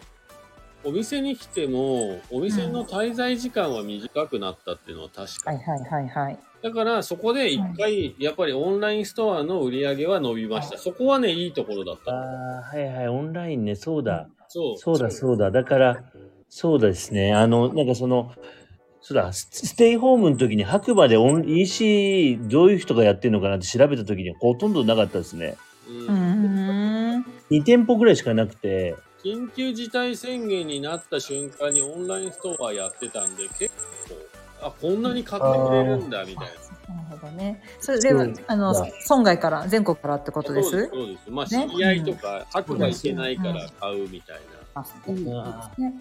S1: お店に来ても、お店の滞在時間は短くなったっていうのは確か。
S3: はいはいはいはい。
S1: だからそこで一回、やっぱりオンラインストアの売り上げは伸びました。そこはね、いいところだっ
S2: あ
S1: た。
S2: あ、はいはい、オンラインね、そうだ。
S1: そう。
S2: そうだ、そうだ。だから、そうですね。あの、なんかその、そうだ、スステイホームの時に白馬でオン EC、どういう人がやってるのかなって調べた時にはほとんどなかったですね。
S1: うん
S3: うんうんうん。
S2: 2店舗ぐらいしかなくて、
S1: 緊急事態宣言になった瞬間にオンラインストアやってたんで、結構、あ、こんなに買ってくれるんだ、みたいな。
S3: なるほどね。それでは
S2: そう、
S3: あの、村外から、全国からってことで
S1: そうです
S3: す。
S1: そうです。まあ、知
S3: ね
S1: り合いとか、白馬行けないから買うみたいな。
S3: あ、いいですね。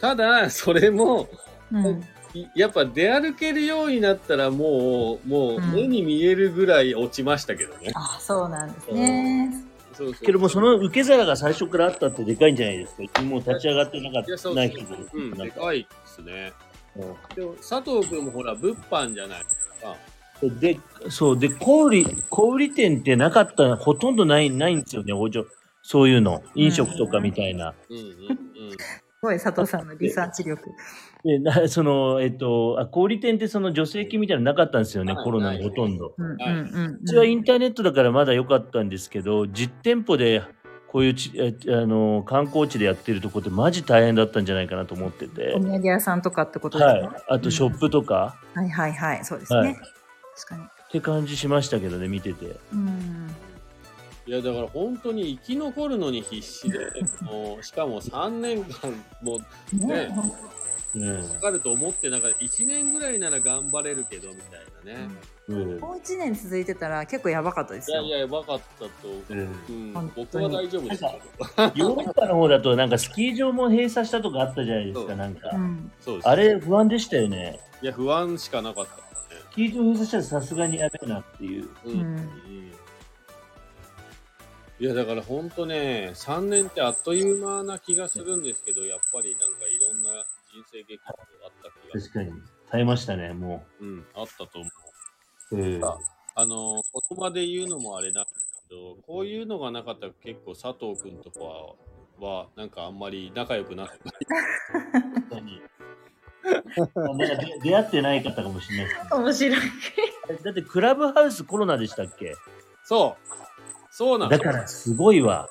S1: ただ、それも、
S3: うん。
S1: いやっぱ出歩けるようになったらもう、もう
S3: うん
S1: 目に見えるぐらい落ちましたけどね。
S3: あ、そうなんですね。
S1: そうそう
S2: けどもその受け皿が最初からあったってでかいんじゃないですか。もう立ち上がってなかっ
S1: いや、そ
S2: た。
S1: う
S2: な
S1: そ
S2: いう人も。
S1: うん、
S2: なん
S1: で
S2: か
S1: かいですね。
S2: うん
S1: でも、佐藤君もほら、物販じゃないですか。
S2: で、そう、で、小売、小売店ってなかったらほとんどない、ないんですよね、補助。そういうの。飲食とかみたいな。
S1: うんうんうん。
S3: すごい佐藤さんのリサーチ力。
S2: で、な その、えっと、あ小売店ってその助成金みたいなのなかったんですよね、
S1: はい
S2: コロナのほとんど。
S3: うんうん
S1: はい
S3: うん。
S2: うちはインターネットだからまだ良かったんですけど、実店舗でこういうちえあの観光地でやってるとこってマジ大変だったんじゃないかなと思ってて
S3: お。土産屋さんとかってことです
S2: は
S3: ね
S2: い。。あとショップとか、
S3: はいはいはい、そうですね。
S2: はい
S3: 確かに。
S2: って感じしましたけどね、見てて。
S3: うん。
S1: いや、だから本当に生き残るのに必死で、 もう、しかも3年間もね
S3: ね、
S2: うん
S1: か。かると思ってなかった。1年ぐらいなら頑張れるけど、みたいなね。
S2: うん
S3: もう一年続いてたら結構やばかったです
S1: いや
S3: よ。
S1: いや、分かったと思う。
S2: うん
S1: うん
S3: 本、当
S1: 僕
S3: に
S1: は大丈夫ですけど。
S2: ヨーロッパの方だとなんかスキー場も閉鎖したとかあったじゃないです
S1: そ
S2: か、
S1: う
S2: なんか
S3: う。ん。
S1: そうです。
S2: あれ不安でしたよね。
S1: いや、不安しかなかったからね。
S2: スキー場閉鎖したらさすがにやべえなっていう。
S1: う
S3: うん
S1: んいやだからほんとね3年ってあっという間な気がするんですけどやっぱりなんかいろんな人生劇があった気が
S2: 確かに。耐えましたね、も
S1: うん、あったと思う。
S2: う。うん
S1: ああの言葉で言うのもあれなんですけどこういうのがなかったら結構佐藤君とかははなんかあんまり仲良くなってない
S2: 確かに。なんか出出会ってない方かもしれないですね
S3: 面白い。
S2: だってクラブハウスコロナでしたっけ
S1: そうそうなの
S2: だからすごいわ。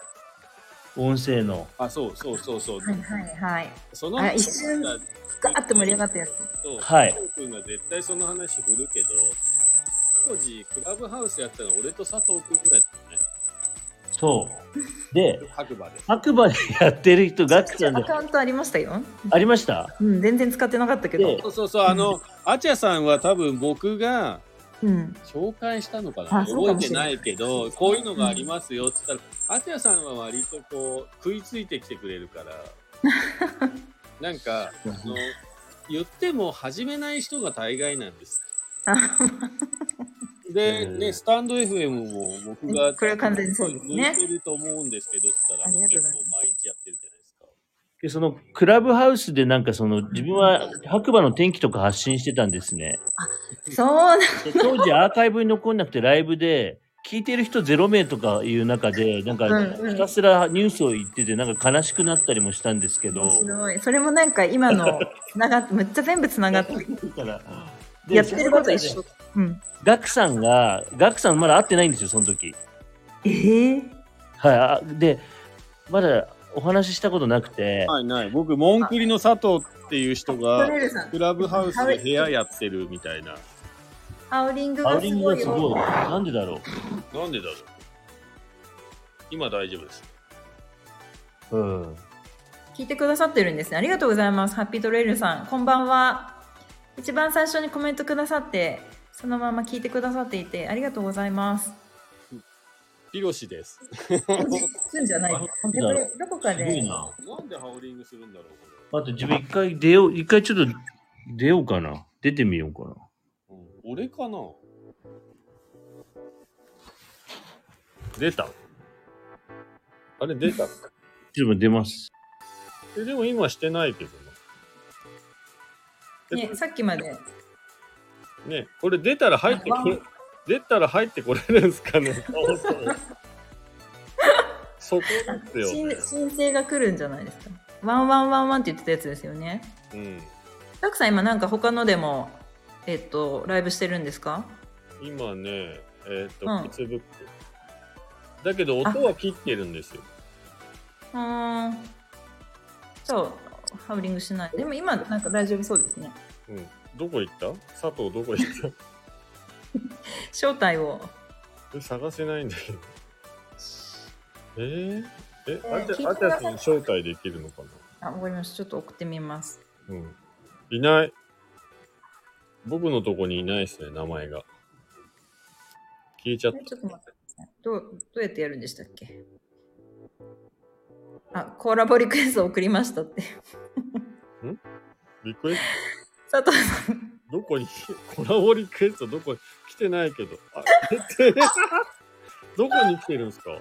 S2: 音声の。
S1: あそうそうそうそう、
S3: はいはいはい。
S1: その
S3: あ一瞬ガーって盛り上がったやつ。
S1: そう、
S2: はい
S1: 佐藤君が絶対その話振るけど、当時、クラブハウスやったの俺と佐藤君ぐらいだったよね。
S2: そう。で、
S1: 白馬で。
S2: 白馬でやってる人、ガクちゃんで
S3: ア、カウントありましたよ。
S2: ありました
S3: うん、全然使ってなかったけど
S2: で。
S1: そうそうそう、あの、アチャさんは多分僕が
S3: うん。
S1: 紹介したのかな
S3: あそう
S1: 覚
S3: か
S1: え
S3: もしてれ
S1: な
S3: ない
S1: いけど、こういうのがありますよって言ったら、アチャさんは割とこう、食いついてきてくれる から、なんか、あの、言っても始めない人が大概なんです。
S3: あ
S1: で、
S2: うん
S1: ね、スタンド FM も僕が、
S3: これは完全にそうですね
S1: 向いてると思うんですけど、つったら、
S3: ありがとう
S1: 結
S3: ございます
S1: 構毎日やってるじゃないですか。
S2: でそのクラブハウスでなんかその自分は白馬の天気とか発信してたんですね。
S3: そうな
S2: で当時アーカイブに残んなくてライブで聞いてる人0名とかいう中でなんか
S3: うんうん
S2: ひたすらニュースを言っててなんか悲しくなったりもしたんですけど
S3: 面白い。それもなんか今のつながっむっちゃ全部つながってる
S2: だからで
S3: やってること一緒。うん。
S2: ガクさんがガクさんまだ会ってないんですよその時。
S3: ええ
S2: はいあ、でまだお話ししたことなくて、
S1: はい、ない。僕、モンクリの佐藤っていう人
S3: ト
S1: が
S3: レ、ルさん、
S1: クラブハウスで部屋やってるみたいな。
S3: ハウリング
S2: ア
S3: が
S2: ウリ
S3: す
S2: ング
S3: ご
S2: が
S3: い
S2: すごい。
S3: よ。
S2: なんでだろ
S1: なんでだろう今大丈夫です。
S2: う。うん。
S3: 聞いてくださってるんですね。ありがとうございます。ハッピートレイルさん、こんばんは。一番最初にコメントくださって、そのまま聞いてくださっていて、ありがとうございます。
S1: ヒロシです。
S3: すんじゃない。
S2: んだろ
S3: どこか
S2: すごい
S3: で。
S2: な。
S1: なんでハウリングするんだろうこ
S2: 待って、自分一回出よう、一回ちょっと出ようかな。出てみようかな。
S1: れ、うん俺かな出た。あれ、出た。
S2: ちょっと待って出ます。
S1: えでも今してないけどな。
S3: ね、さっきまで。
S1: ね、これ出たら入ってこれ、出たら入ってこれるんですかね。 そうそうそこですよ、
S3: 申
S1: ね。
S3: 申請が来るんじゃないですか。ワンワンワンワンって言ってたやつですよね。
S1: うん。
S3: たくさん今なんか他のでも、えっと、ライブしてるんですか
S1: 今ね、えっ、と、
S3: うん
S1: Facebook。だけど音は切ってるんですよ。
S3: うーん。そう、ハウリングしない。でも今なんか大丈夫そうですね。
S1: うん。どこ行った佐藤どこ行 った
S3: 正体を。
S1: これ探せないんだけど。えー、え、
S3: ー
S1: あち
S3: 聞いて
S1: ゃ、あちゃ
S3: ください
S1: さん招待できるのか
S3: あ、わかりました。ちょっと送ってみます。
S1: なうん。いない。僕のとこにいないですね、名前が。消えちゃっ
S3: え
S1: た。
S3: ちょっと待ってください。どう、どうやってやるんでしたっけあ、コラボリクエスト送りましたって。
S1: リクエスト
S3: 佐藤さん。
S1: どこに コラボリクエストどこに来てないけど。あ、出て どこに来てるんですか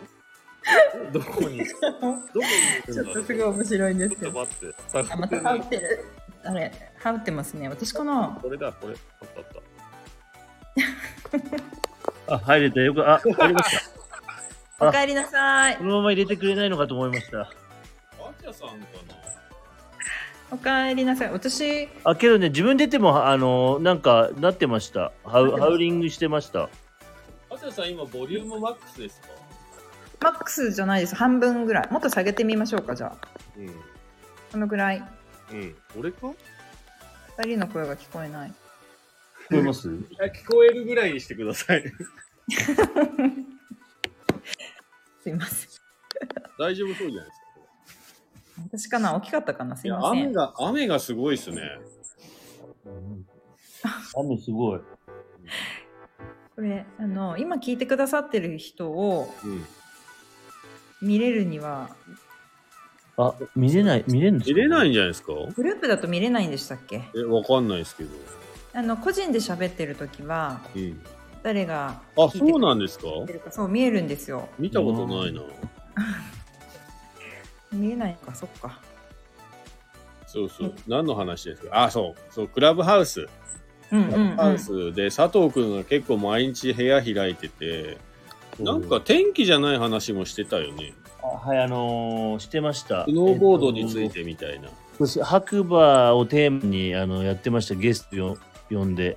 S1: どこにどこに来て
S3: ち
S1: るんだ
S3: ょっ
S1: ろ
S3: と
S1: う
S3: すごい面白いんです
S1: ち
S3: け
S1: ょっと
S3: ど。
S1: 待って。探
S3: あ、また羽織ってる。あれ、羽織ってますね。私かな
S1: これだ、これ。あったあった。
S2: あ、入れた。よく、あ、入りました。あ
S3: おかえりなさい
S2: こ。のまま入れてくれないのかと思いました。
S1: あちゃさんか
S3: おかえりなさい。私、
S2: あ、けどね、自分出ても、あの、なんか、なってました。ハウハウリングしてました。
S1: なあちゃさん今ボリュームマックスですか
S3: マックスじゃないです。半分ぐらい。もっと下げてみましょうか、じゃあ。
S1: うん。
S3: このぐらい。
S1: うん。俺か
S3: 二人の声が聞こえない。
S2: 聞こえます
S1: いや、聞こえるぐらいにしてください。
S3: すいません。
S1: 大丈夫そうじゃないですか。こ
S3: 私かな大きかったかなす
S1: れ
S3: い
S1: いや、
S3: ませ
S1: 雨
S3: ん。
S1: が、雨がすごいですね。
S2: 雨すごい。
S3: これ、あの、今聞いてくださってる人を
S1: うん。
S3: 見れるには、
S2: あ、見れない、見れるんです
S1: 入
S2: か。
S1: れないいんじゃないですか
S3: グループだと見れないんでしたっけ
S1: え、わかんないですけど。
S3: あの、個人で喋ってる時は、
S1: うん。
S3: 誰が
S1: あ、
S3: 聞いて
S1: そうなんですか
S3: くれてるか、そう見えるんですよ。
S1: 見たことないな。
S3: 見えないか、そっか。
S1: そうそう。何の話ですかあ、そう。そう、クラブハウス。
S3: うん
S1: ク
S3: う
S1: ラ
S3: ん、
S1: ブハ
S3: う
S1: ウ
S3: ん。
S1: スで、佐藤くんが結構毎日部屋開いてて、なんか、天気じゃない話もしてたよね。
S2: あはい、あのーしてました。
S1: スノーボードについてみたいな。
S2: 私白馬をテーマにあのやってましたゲストよ呼んで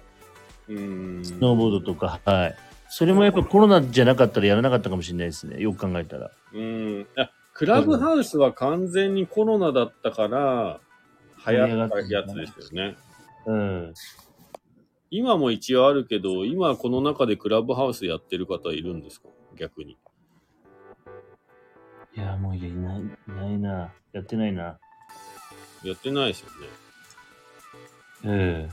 S1: うー
S2: ス
S1: ん。
S2: ノーボードとかはいそれもやっぱコロナじゃなかったらやらなかったかもしれないですねよく考えたら
S1: うん。あ、クラブハウスは完全にコロナだったから、流行ったやつですよね。
S2: うん
S1: 今も一応あるけど、今この中でクラブハウスやってる方いるんですか逆に。
S2: いや、もういない、いないな。やってないな。
S1: やってないですよね。
S2: え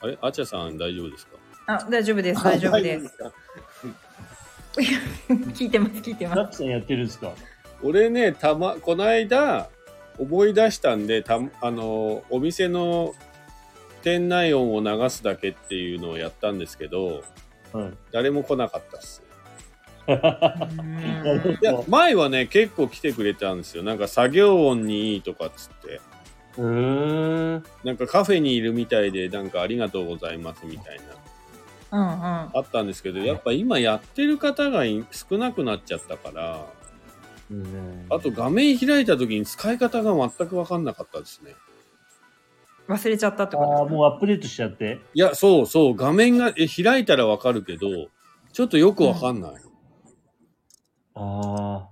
S1: あれあちゃさん大丈夫ですか
S3: あ、大丈夫です。大丈夫です。
S1: すか。
S3: 聞いてます。聞いて
S2: え
S3: ま
S2: ラ
S3: す。
S2: ッ クさんやってるんですか
S1: 俺ね、たま、この間思い出したんで、たま、あの、お店の店内音を流すだけっていうのをやったんですけど、
S2: はい。
S1: 誰も来なかったっす。
S3: うん
S1: いや、前はね、結構来てくれたんですよ。なんか作業音にいいとかっつって。
S2: うーん。
S1: なんかカフェにいるみたいで、なんかありがとうございますみたいな。
S3: うんうん。
S1: あったんですけど、やっぱ今やってる方がい少なくなっちゃったから、あと画面開いた時に使い方が全く分かんなかったですね。
S3: 忘れちゃったって
S2: あ
S3: こ
S2: あ、もうアップデートしちゃって。
S1: いや、そうそう、画面が、え、開いたら分かるけど、ちょっとよく分かんない。
S2: あ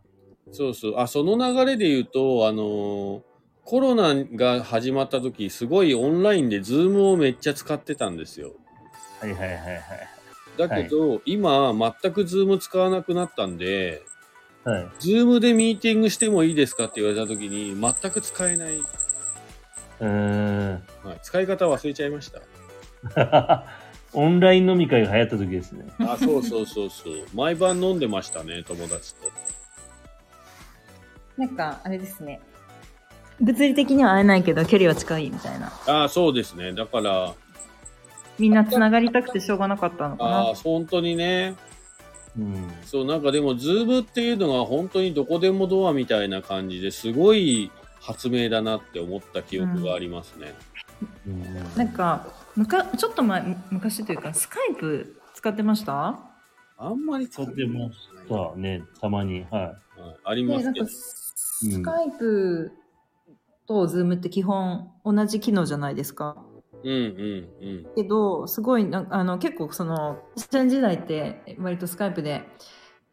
S1: そうそう。あ、その流れで言うと、あのーコロナが始まった時、すごいオンラインでズームをめっちゃ使ってたんですよ。
S2: あ。はいはいはいはい。
S1: だけど、今、全くズーム使わなくなったんで、
S2: はい。
S1: ズームでミーティングしてもいいですかって言われた時に、全く使えない。
S2: うーん。
S1: はい、使い方忘れちゃいました。
S2: オンライン飲み会が流行った時ですね。
S1: あ、そうそうそうそう。 毎晩飲んでましたね、友達と。
S3: と。なんか、あれですね。物理的には会えないけど、距離は近いみたいな。
S1: あそうですね。だから、
S3: みんな繋がりたくてしょうがなかったのか
S1: あ
S3: な。
S1: 本当にね。
S2: うん。
S1: そう、なんかでも、ズームっていうのが本当にどこでもドアみたいな感じですごい発明だなって思った記憶がありますね。
S3: なんか、むか、ちょっと前、む昔というか、スカイプ使ってました
S1: あんまりと
S2: とても、さあね、たまに、は
S1: はい、ありま
S3: ね、な
S1: す
S3: ん
S1: けど
S3: か、。スカイプとズームって基本同じ機能じゃないですか。
S1: うんうんうん。
S3: けど、すごいな、あの、結構その、社会時代って割とスカイプで、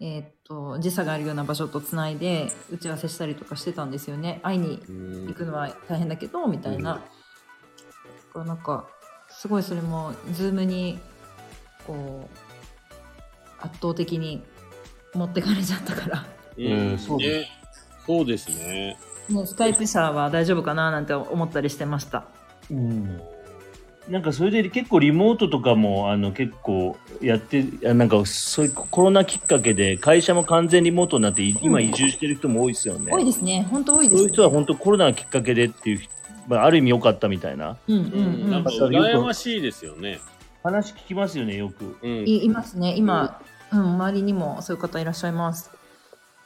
S3: えーっと、時差があるような場所とつないで打ち合わせしたりとかしてたんですよね。会いに
S1: うん
S3: 行くのは大変だけど、みたいな。だからなんか、すごいそれも、ズームに、こう、圧倒的に持ってかれちゃったから。
S2: うんそうです
S1: ねそうですね。
S3: もうスカイプ社は大丈夫かななんて思ったりしてました。
S2: い。うん。なんかそれで結構リモートとかもあの結構やってあなんかそういうコロナきっかけで会社も完全リモートになってい今移住してる人も多いですよね。
S3: 多いですね。本当多い
S2: そ
S3: で
S2: う
S3: す
S2: いう。人は本当コロナがきっかけでっていう、まあ、ある意味良かったみたいな
S3: うん
S1: う
S3: うんんう
S1: なん
S3: ん
S1: か。羨ましいですよね。
S2: 話聞きますよねよく
S1: うん。
S3: いいますね。今、うん、周りにもそういう方いらっしゃいます。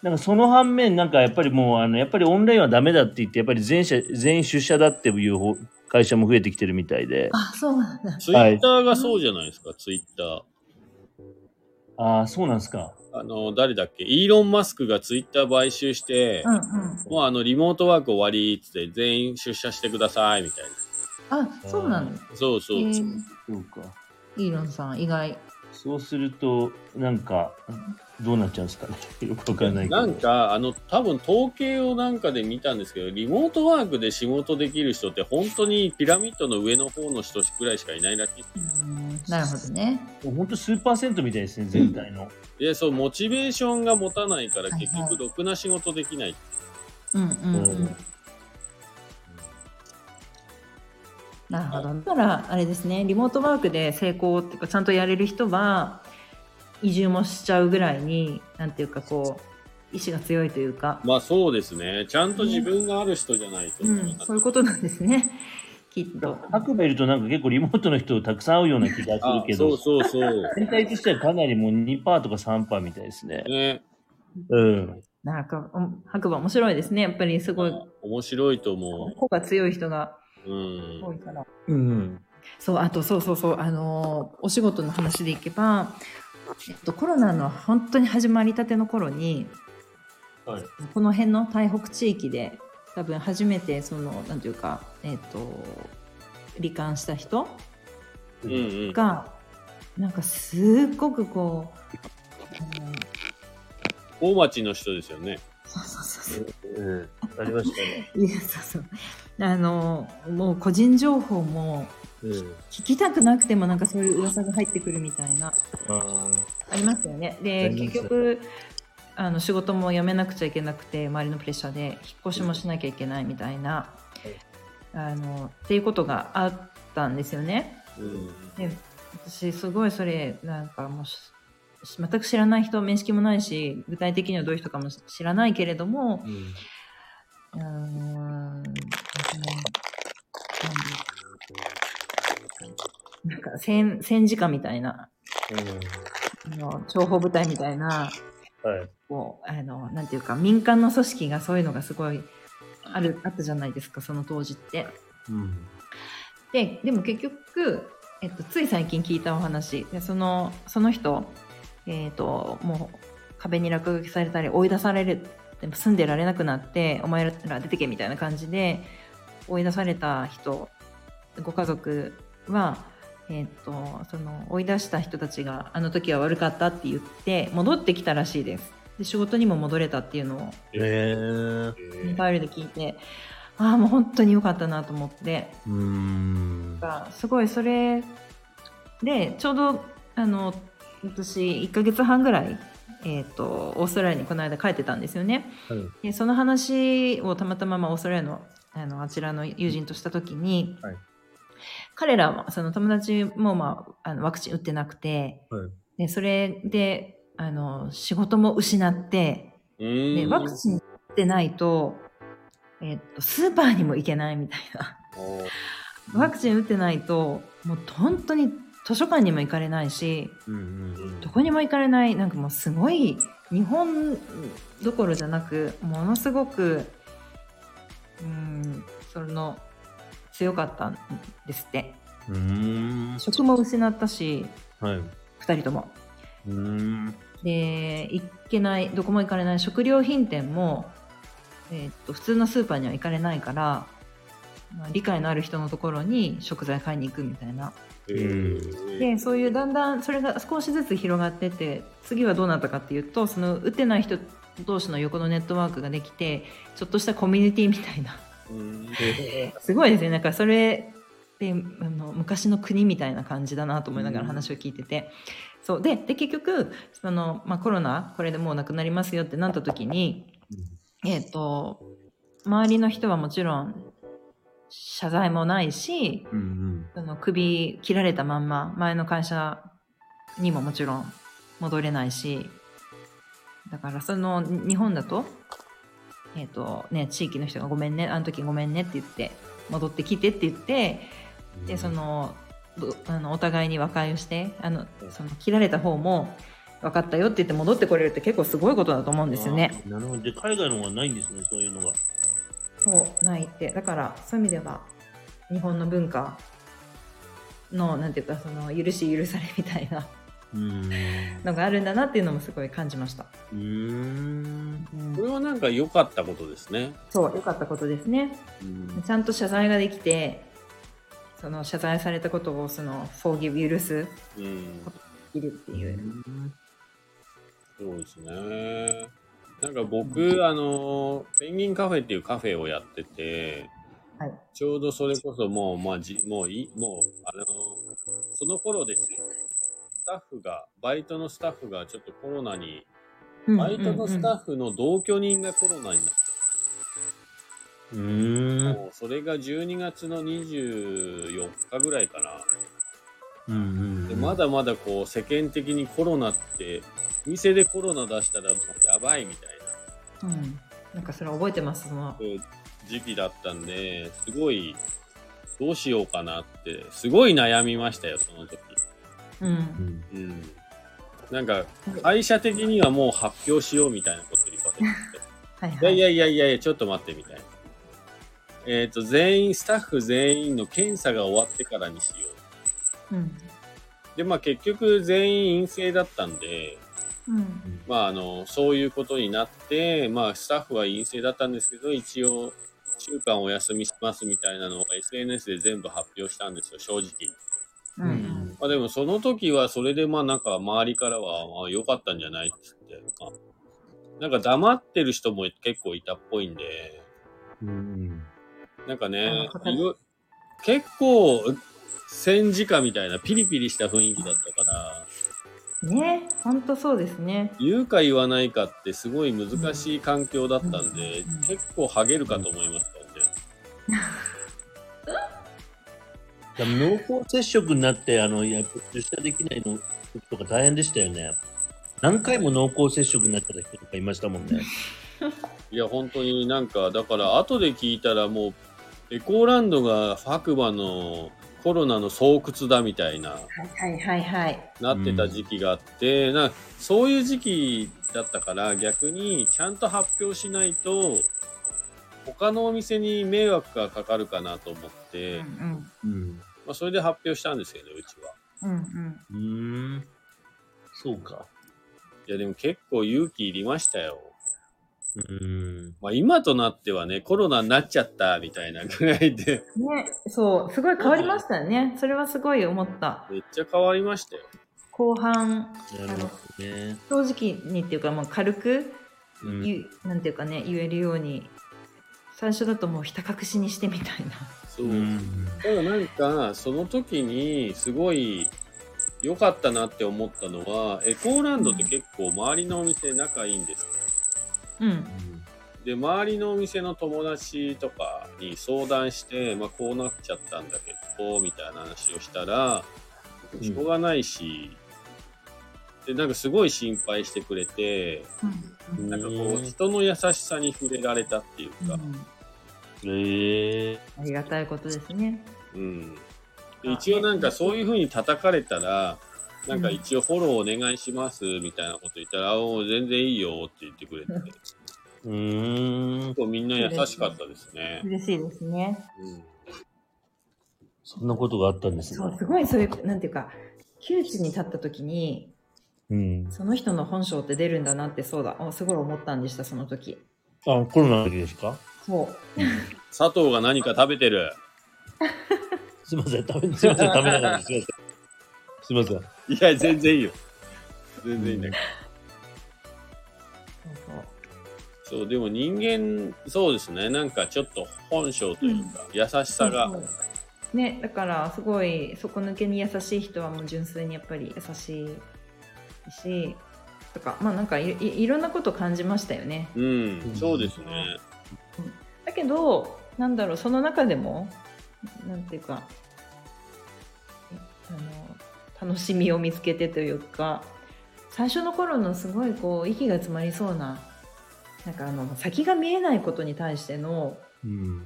S2: なんかその反面なんかやっぱりもうあのやっぱりオンラインはダメだって言ってやっぱり全社全員出社だっていう方会社も増えてきてるみたいで
S3: あ、そうなんだ。
S1: ツイッターがそうじゃないですか、ツイッター。
S2: ああそうなんですか
S1: あの、誰だっけイーロン・マスクがツイッター買収して、
S3: うんうん。
S1: もうあの、リモートワーク終わりっつって、全員出社してください、みたいな。
S3: あ、そうなんだ。
S1: そうそう。
S3: えー
S2: そうか
S3: イーロンさん意外。
S2: そうするとなんかどうなっちゃうんですかね よくわからないけど
S1: なんか、あの、多分統計をなんかで見たんですけど、リモートワークで仕事できる人って、本当にピラミッドの上の方の人くらいしかいないらしい。
S3: なるほどね。
S2: もうほんと数パーセントみたいですね全体の、
S1: で、そう、モチベーションが持たないから、結
S3: はいは
S1: 局、
S3: い
S1: ろくな仕事できない。
S3: うんうんう
S2: うん
S3: ん。なるほど。だからあれですね。リモートワークで成功っていうかちゃんとやれる人は移住もしちゃうぐらいになんていうかこう意志が強いというか。
S1: まあ、そうですね。ちゃんと自分がある人じゃないと。
S3: うん、そういうことなんですね。きっと。
S2: 白馬いるとなんか結構リモートの人たくさん会うような気がす
S1: あ
S2: るけ
S1: そう
S2: ど
S1: そうそう。
S2: 全体としてはかなりもう2%とか3%みたいですね。
S1: ね。
S2: うん。
S3: なんか、お白馬面白いですね。やっぱりすごい、
S1: 面白いと思
S3: 個が強い人が
S1: う。うん。
S3: 多いから。
S2: うん。
S3: そう、あと、そうそうそう、あのーお仕事の話でいけば、えっと、コロナの本当に始まりたての頃に、
S2: はい。
S3: この辺の台北地域で、多分初めて、その、なんていうか、えっと、罹患した人
S1: うんうん。
S3: が、なんかすっごくこう、あの
S1: 大町の人ですよね。
S3: そうそうそうそう。
S2: うん。ありましたね。
S3: いやそうそうあのもう個人情報も
S1: うん。
S3: 聞きたくなくてもなんかそういう噂が入ってくるみたいな
S1: あ
S3: ありますよね
S2: あ
S3: で
S2: ります
S3: 結局あの仕事も辞めなくちゃいけなくて周りのプレッシャーで引っ越しもしなきゃいけないみたいな、あのっていうことがあったんですよね。
S1: あ。うん。
S3: で私すごいそれなんかもうしし全く知らない人面識もないし具体的にはどういう人かも知らないけれども
S1: うん。
S3: うーんなんか戦戦時下みたいなあの諜報部隊みたいな
S2: はい。
S3: こうあのなんていうか民間の組織がそういうのがすごいあるあったじゃないですかその当時って。
S1: うん。
S3: ででも結局、えっと、つい最近聞いたお話でそのその人、えっともう壁に落書きされたり追い出されるでも住んでられなくなってお前ら出てけみたいな感じで追い出された人ご家族は、えっとその追い出した人たちがあの時は悪かったって言って戻ってきたらしいです。で仕事にも戻れたっていうのを
S2: えー、
S1: え
S3: ネ
S1: ー
S3: パールで聞いてああもう本当に良かったなと思って
S2: うーん。
S3: がすごいそれでちょうどあの私1ヶ月半ぐらい、えー、とオーストラリアにこの間帰ってたんですよね。
S1: うん
S3: でその話をたまたま、まあ、オーストラリアのあのあちらの友人とした時に、
S1: はい
S3: 彼らはその友達も、まあ、あのワクチン打ってなくて、
S1: はい
S3: でそれであの仕事も失ってで
S1: うん。
S3: ワクチン打ってないと,、えー、とスーパーにも行けないみたいな。
S1: おー
S3: ワクチン打ってないともう本当に図書館にも行かれないし
S2: うんうん
S3: どこにも行かれないなんかもうすごい日本どころじゃなくものすごくうんその強かったんですって
S2: うん。うーん。
S3: 職も失ったし
S2: はい。う
S3: 2人とも。
S2: ーん。
S3: で行けないどこも行かれない食料品店も、えーっと普通のスーパーには行かれないから、まあ理解のある人のところに食材買いに行くみたいな
S1: えー
S3: でそういうだんだんそれが少しずつ広がってって次はどうなったかっていうとその打ってない人同士の横のネットワークができてちょっとしたコミュニティみたいな
S1: うん
S3: すごいですねなんかそれってあの昔の国みたいな感じだなと思いながら話を聞いてて、そうでで結局その、まあ、コロナこれでもうなくなりますよってなった時に、えっと周りの人はもちろん謝罪もないし
S2: うんうん。
S3: その首切られたまんま前の会社にももちろん戻れないしだからそのに日本だと,、えっとね、地域の人が「ごめんねあの時ごめんね」って言って戻ってきてって言ってでそのどあのお互いに和解をしてあのその切られた方も分かったよって言って戻ってこれるって結構すごいことだと思うんですよね。
S2: あー。なるほど。で、海外の方がないんですね、そういうのが。
S3: そうないってだからそういう意味では日本の文化のなんていうかその許し許されみたいな
S2: うーん。
S3: のがあるんだなっていうのもすごい感じました、
S2: うーん。
S1: これはなんか良かったことですね。
S3: そう良かったことですね
S1: うん。
S3: ちゃんと謝罪ができてその謝罪されたことをその葬儀許す
S1: うん
S3: いるっていう
S1: そうですね。なんか僕、あの、ペンギンカフェっていうカフェをやってて、
S3: はい
S1: ちょうどそれこそもう、まあ、じもういい、もう、あの、その頃ですよ。スタッフが、バイトのスタッフがちょっとコロナに、バイトのスタッフの同居人がコロナになって、
S2: うーん。
S1: もうそれが12月の24日ぐらいかな。
S2: うんうん
S1: でまだまだこう世間的にコロナって店でコロナ出したらもうやばいみたいな
S3: フ、うんうんうんなんかそれ覚えてますその
S1: えー時期だったんですごいどうしようかなってすごい悩みましたよその時、
S3: う
S2: うんん。
S1: うん、なんか会社的にはもう発表しようみたいなこと言われて
S3: はい
S1: い
S3: は
S1: や
S3: い
S1: いやいやいやいや、ちょっと待ってみたいな。えっ、と、全員、スタッフ全員の検査が終わってからにしよう。
S3: うん
S1: で、まあ結局全員陰性だったんで、
S3: うん
S1: まああの、そういうことになって、まあスタッフは陰性だったんですけど、一応、週間お休みしますみたいなのを SNS で全部発表したんですよ、正直。
S3: うんうん
S1: まあでもその時はそれでまあなんか周りからは、まあ良かったんじゃないっつって、まあなんか黙ってる人も結構いたっぽいんで、
S2: うんうん。
S1: なんかね
S3: あの、方
S1: いろ結構、戦時下みたいなピリピリした雰囲気だったから、
S3: ね、本当そうですね。
S1: 言うか言わないかってすごい難しい環境だったんで、
S3: うん
S1: 結構ハゲるかと思いましたね。
S2: でも濃厚接触になってあのいや出社できないの時とか大変でしたよね何回も濃厚接触になってた人とかいましたもんね
S1: いや、本当になんか、だから後で聞いたらもう、エコーランドが白馬のコロナの巣窟だみたいな、
S3: はいはいはい。
S1: なってた時期があって、なそういう時期だったから逆にちゃんと発表しないと、他のお店に迷惑がかかるかなと思って、
S3: うん
S2: うん
S1: まあ、それで発表したんですけど、うちは。
S3: うんうんうん。
S2: うーんそうか
S1: いや、でも結構勇気いりましたよ。
S2: うーん
S1: まあ今となってはね、コロナになっちゃったみたいなぐらいで、
S3: ね、そう、すごい変わりましたよね。それはすごい思った。
S1: めっちゃ変わりましたよ。
S3: 後半、
S2: なるほどね
S3: 正直にっていうか、もう軽く、
S2: うん
S3: 言うなんていうかね、言えるように、最初だともうひた隠しにしてみたいな。
S1: そう。
S2: うん
S1: ただなんか、その時にすごい良かったなって思ったのは、エコーランドって結構周りのお店仲いいんです。
S3: うん。
S1: で、周りのお店の友達とかに相談して、まあこうなっちゃったんだけど、みたいな話をしたら、
S2: うん
S1: しょうがないし、で、なんかすごい心配してくれて、
S3: うん
S1: なんかこ
S2: う
S1: うん人の優しさに触れられたっていう
S3: う
S1: か、
S3: ん
S2: へえ
S3: ありがたいことですね。
S1: うん、
S3: あ
S1: で一応なんかそういう風に叩かれたら、なんか一応フォローお願いしますみたいなこと言ったら、あお全然いいよって言ってくれて、結
S2: うーん
S1: 構みんな優しかったですね。
S3: 嬉しいですね。
S1: うん
S2: そんなことがあったんですね
S3: そう、すごいそういう、なんていうか、窮地に立った時に、
S2: うん
S3: その人の本性って出るんだなって、そうだ、おすごい思ったんでした、その時。
S2: あコロナの時ですか
S3: そう。
S1: 佐藤が何か食べてる。
S2: すいません食べすいません食べなかったですすいませんすいま
S1: いや、全然いいよ。全然いいんだけど。
S3: そうそう
S1: そう、でも人間、そうですね。なんかちょっと本性というか、優しさが。
S3: そうそうね、だからすごい底抜けに優しい人はもう純粋にやっぱり優しいしとかまあなんかいいいろんなこと感じましたよね
S1: うん、そうですね。
S3: だけどなんだろうその中でもなんていうかあの楽しみを見つけてというか最初の頃のすごいこう息が詰まりそうななんかあの先が見えないことに対しての
S2: せんうん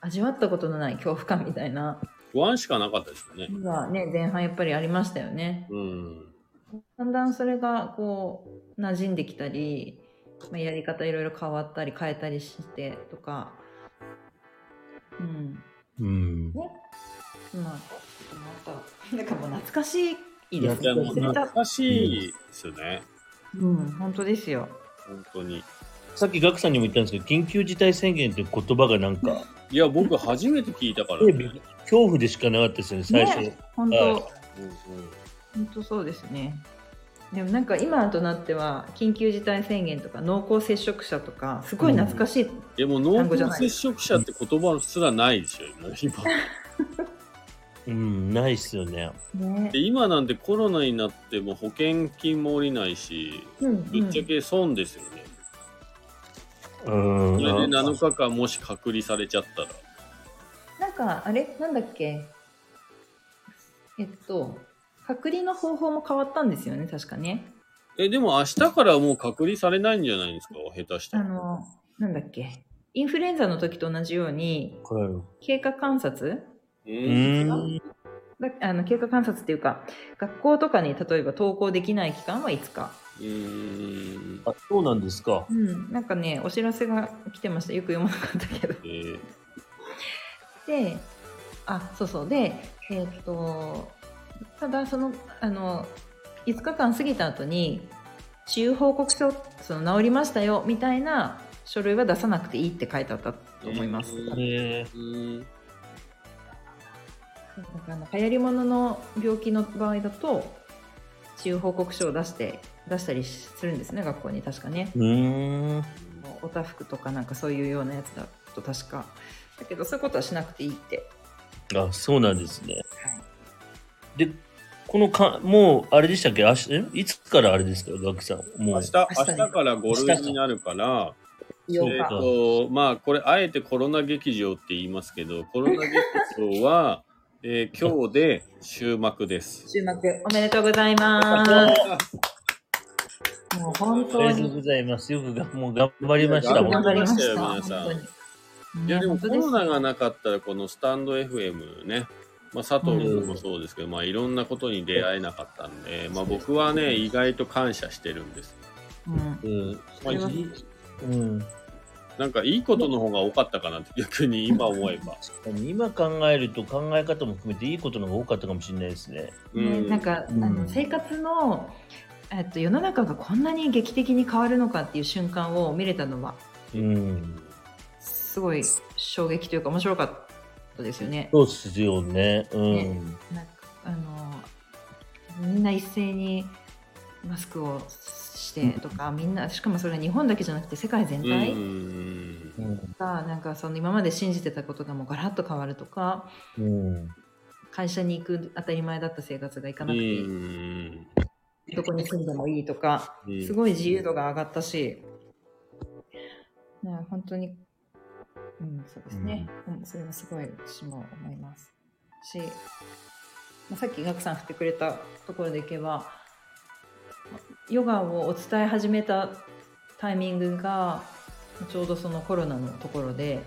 S3: 味わったことのない恐怖感みたいな
S1: 不安しかなかったですよね。
S3: のがね前半やっぱりありましたよね。
S1: うん。
S3: だんだんそれがこう馴染んできたり、まあ、やり方いろいろ変わったり変えたりしてとかうん
S2: うん
S3: まあなんかなんかもう懐かしいです
S1: いや、もう
S3: 忘れ
S1: 懐
S3: た
S1: かしいですよね。
S3: うん本当ですよ
S1: 本当に。
S2: さっきガクさんにも言ったんですけど緊急事態宣言って言葉がなんか
S1: いや、僕初めて聞いたから、
S2: ねび恐怖でしかなかったですよね最初、
S3: ね本当、
S2: はい
S1: うんうん
S3: 本当そうですねでもなんか今となっては緊急事態宣言とか濃厚接触者とかすごい懐かしい、
S1: でも濃厚接触者って言葉すらないですよ、今。今
S2: うんないっすよね
S3: ね
S1: で今なんてコロナになっても保険金も下りないし、
S3: うん
S1: ぶっちゃけ損ですよね。
S2: うん
S1: それで7日間もし隔離されちゃったら。
S3: なんかあれなんだっけえっと隔離の方法も変わったんですよね確かね
S1: え、でも明日からもう隔離されないんじゃないですか下手した
S3: あ
S1: ら。
S3: のなんだっけインフルエンザの時と同じように
S2: これう
S3: 経過観察
S1: う
S2: ー
S1: ん。
S2: ん
S3: だあの経過観察っていうか学校とかに例えば登校できない期間はいつか、
S1: うん。
S2: あそうなんですか
S3: うん、なんかねお知らせが来てましたよく読まなかったけど
S1: えー
S3: であそうそうでえーっとただそのあの5日間過ぎた後に治癒報告書その治りましたよみたいな書類は出さなくていいって書いてあったと思います、
S1: うん
S3: なん
S2: ね
S1: うん
S3: かあの流行りものの病気の場合だと治癒報告書を出して出したりするんですね学校に確かね
S2: うーん
S3: おたふくとかなんかそういうようなやつだと確かだけどそういうことはしなくていいって
S2: あ、そうなんですね。
S3: はい
S2: で、このか、もう、あれでしたっけ明日、えいつからあれですかガクさん。も
S1: 明
S2: う。
S1: 日、明日から5類になるから、えっ、
S3: 8
S1: と、
S3: 日。
S1: まあ、これ、あえてコロナ劇場って言いますけど、コロナ劇場は、 えー今日で終幕です。
S3: 週末、おめでとうございます。もう本
S2: あ
S3: 当
S2: りがとうご
S3: に。
S2: ざいます。よくが、もう頑張りましたもん。
S3: 頑張りました。
S1: 頑張りま
S3: 本
S1: したよ
S3: 当に。
S1: いや、でもコロナが
S3: な。
S1: なかったら、このスタンド FM ね、まあ、佐藤君もそうですけど、まあ、いろんなことに出会えなかったんで、まあ、僕はね、意外と感謝してるんです。
S3: うん
S2: うん。まあいいうん。
S1: なんか、いいことの方が多かったかなって、逆に今思えば。
S2: 確かに今考えると考え方も含めていいことの方が多かったかもしれないですね。
S1: う
S3: ね
S1: ん
S3: なんか、
S2: うん
S3: あの生活の、えっと、世の中がこんなに劇的に変わるのかっていう瞬間を見れたのは
S2: うん。
S3: すごい衝撃というか面白かったですよね。
S2: そうっすよね。うん。
S3: ねなんかあのみんな一斉にマスクをしてとか、みんなしかもそれは日本だけじゃなくて世界
S1: う
S3: 全体
S1: ん。
S2: うん。
S3: が、なんかその今まで信じてたことがもうガラッと変わるとか
S2: うん。
S3: 会社に行く当たり前だった生活がいかなくていい、
S1: ん。
S3: どこに住んでもいいとか。すごい自由度が上がったし、ね、本当に、うん、そうですね、うんそれはすごい私も思いますし、まあ、さっきガクさん振ってくれたところでいけばヨガをお伝え始めたタイミングがちょうどそのコロナのところで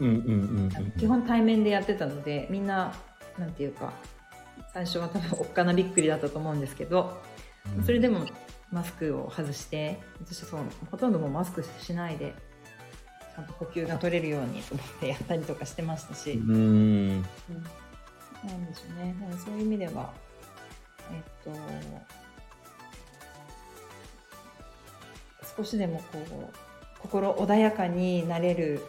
S2: うん。うん。うん。
S3: 基本対面でやってたのでみんななんていうか最初は多分おっかなびっくりだったと思うんですけどそれでもマスクを外して私はそうほとんどもうマスクしないでちゃんと呼吸が取れるようにと思ってやったりとかしてましたし、
S2: うん。
S3: なんでしょうねだからそういう意味ではえっと少しでもこう心穏やかになれる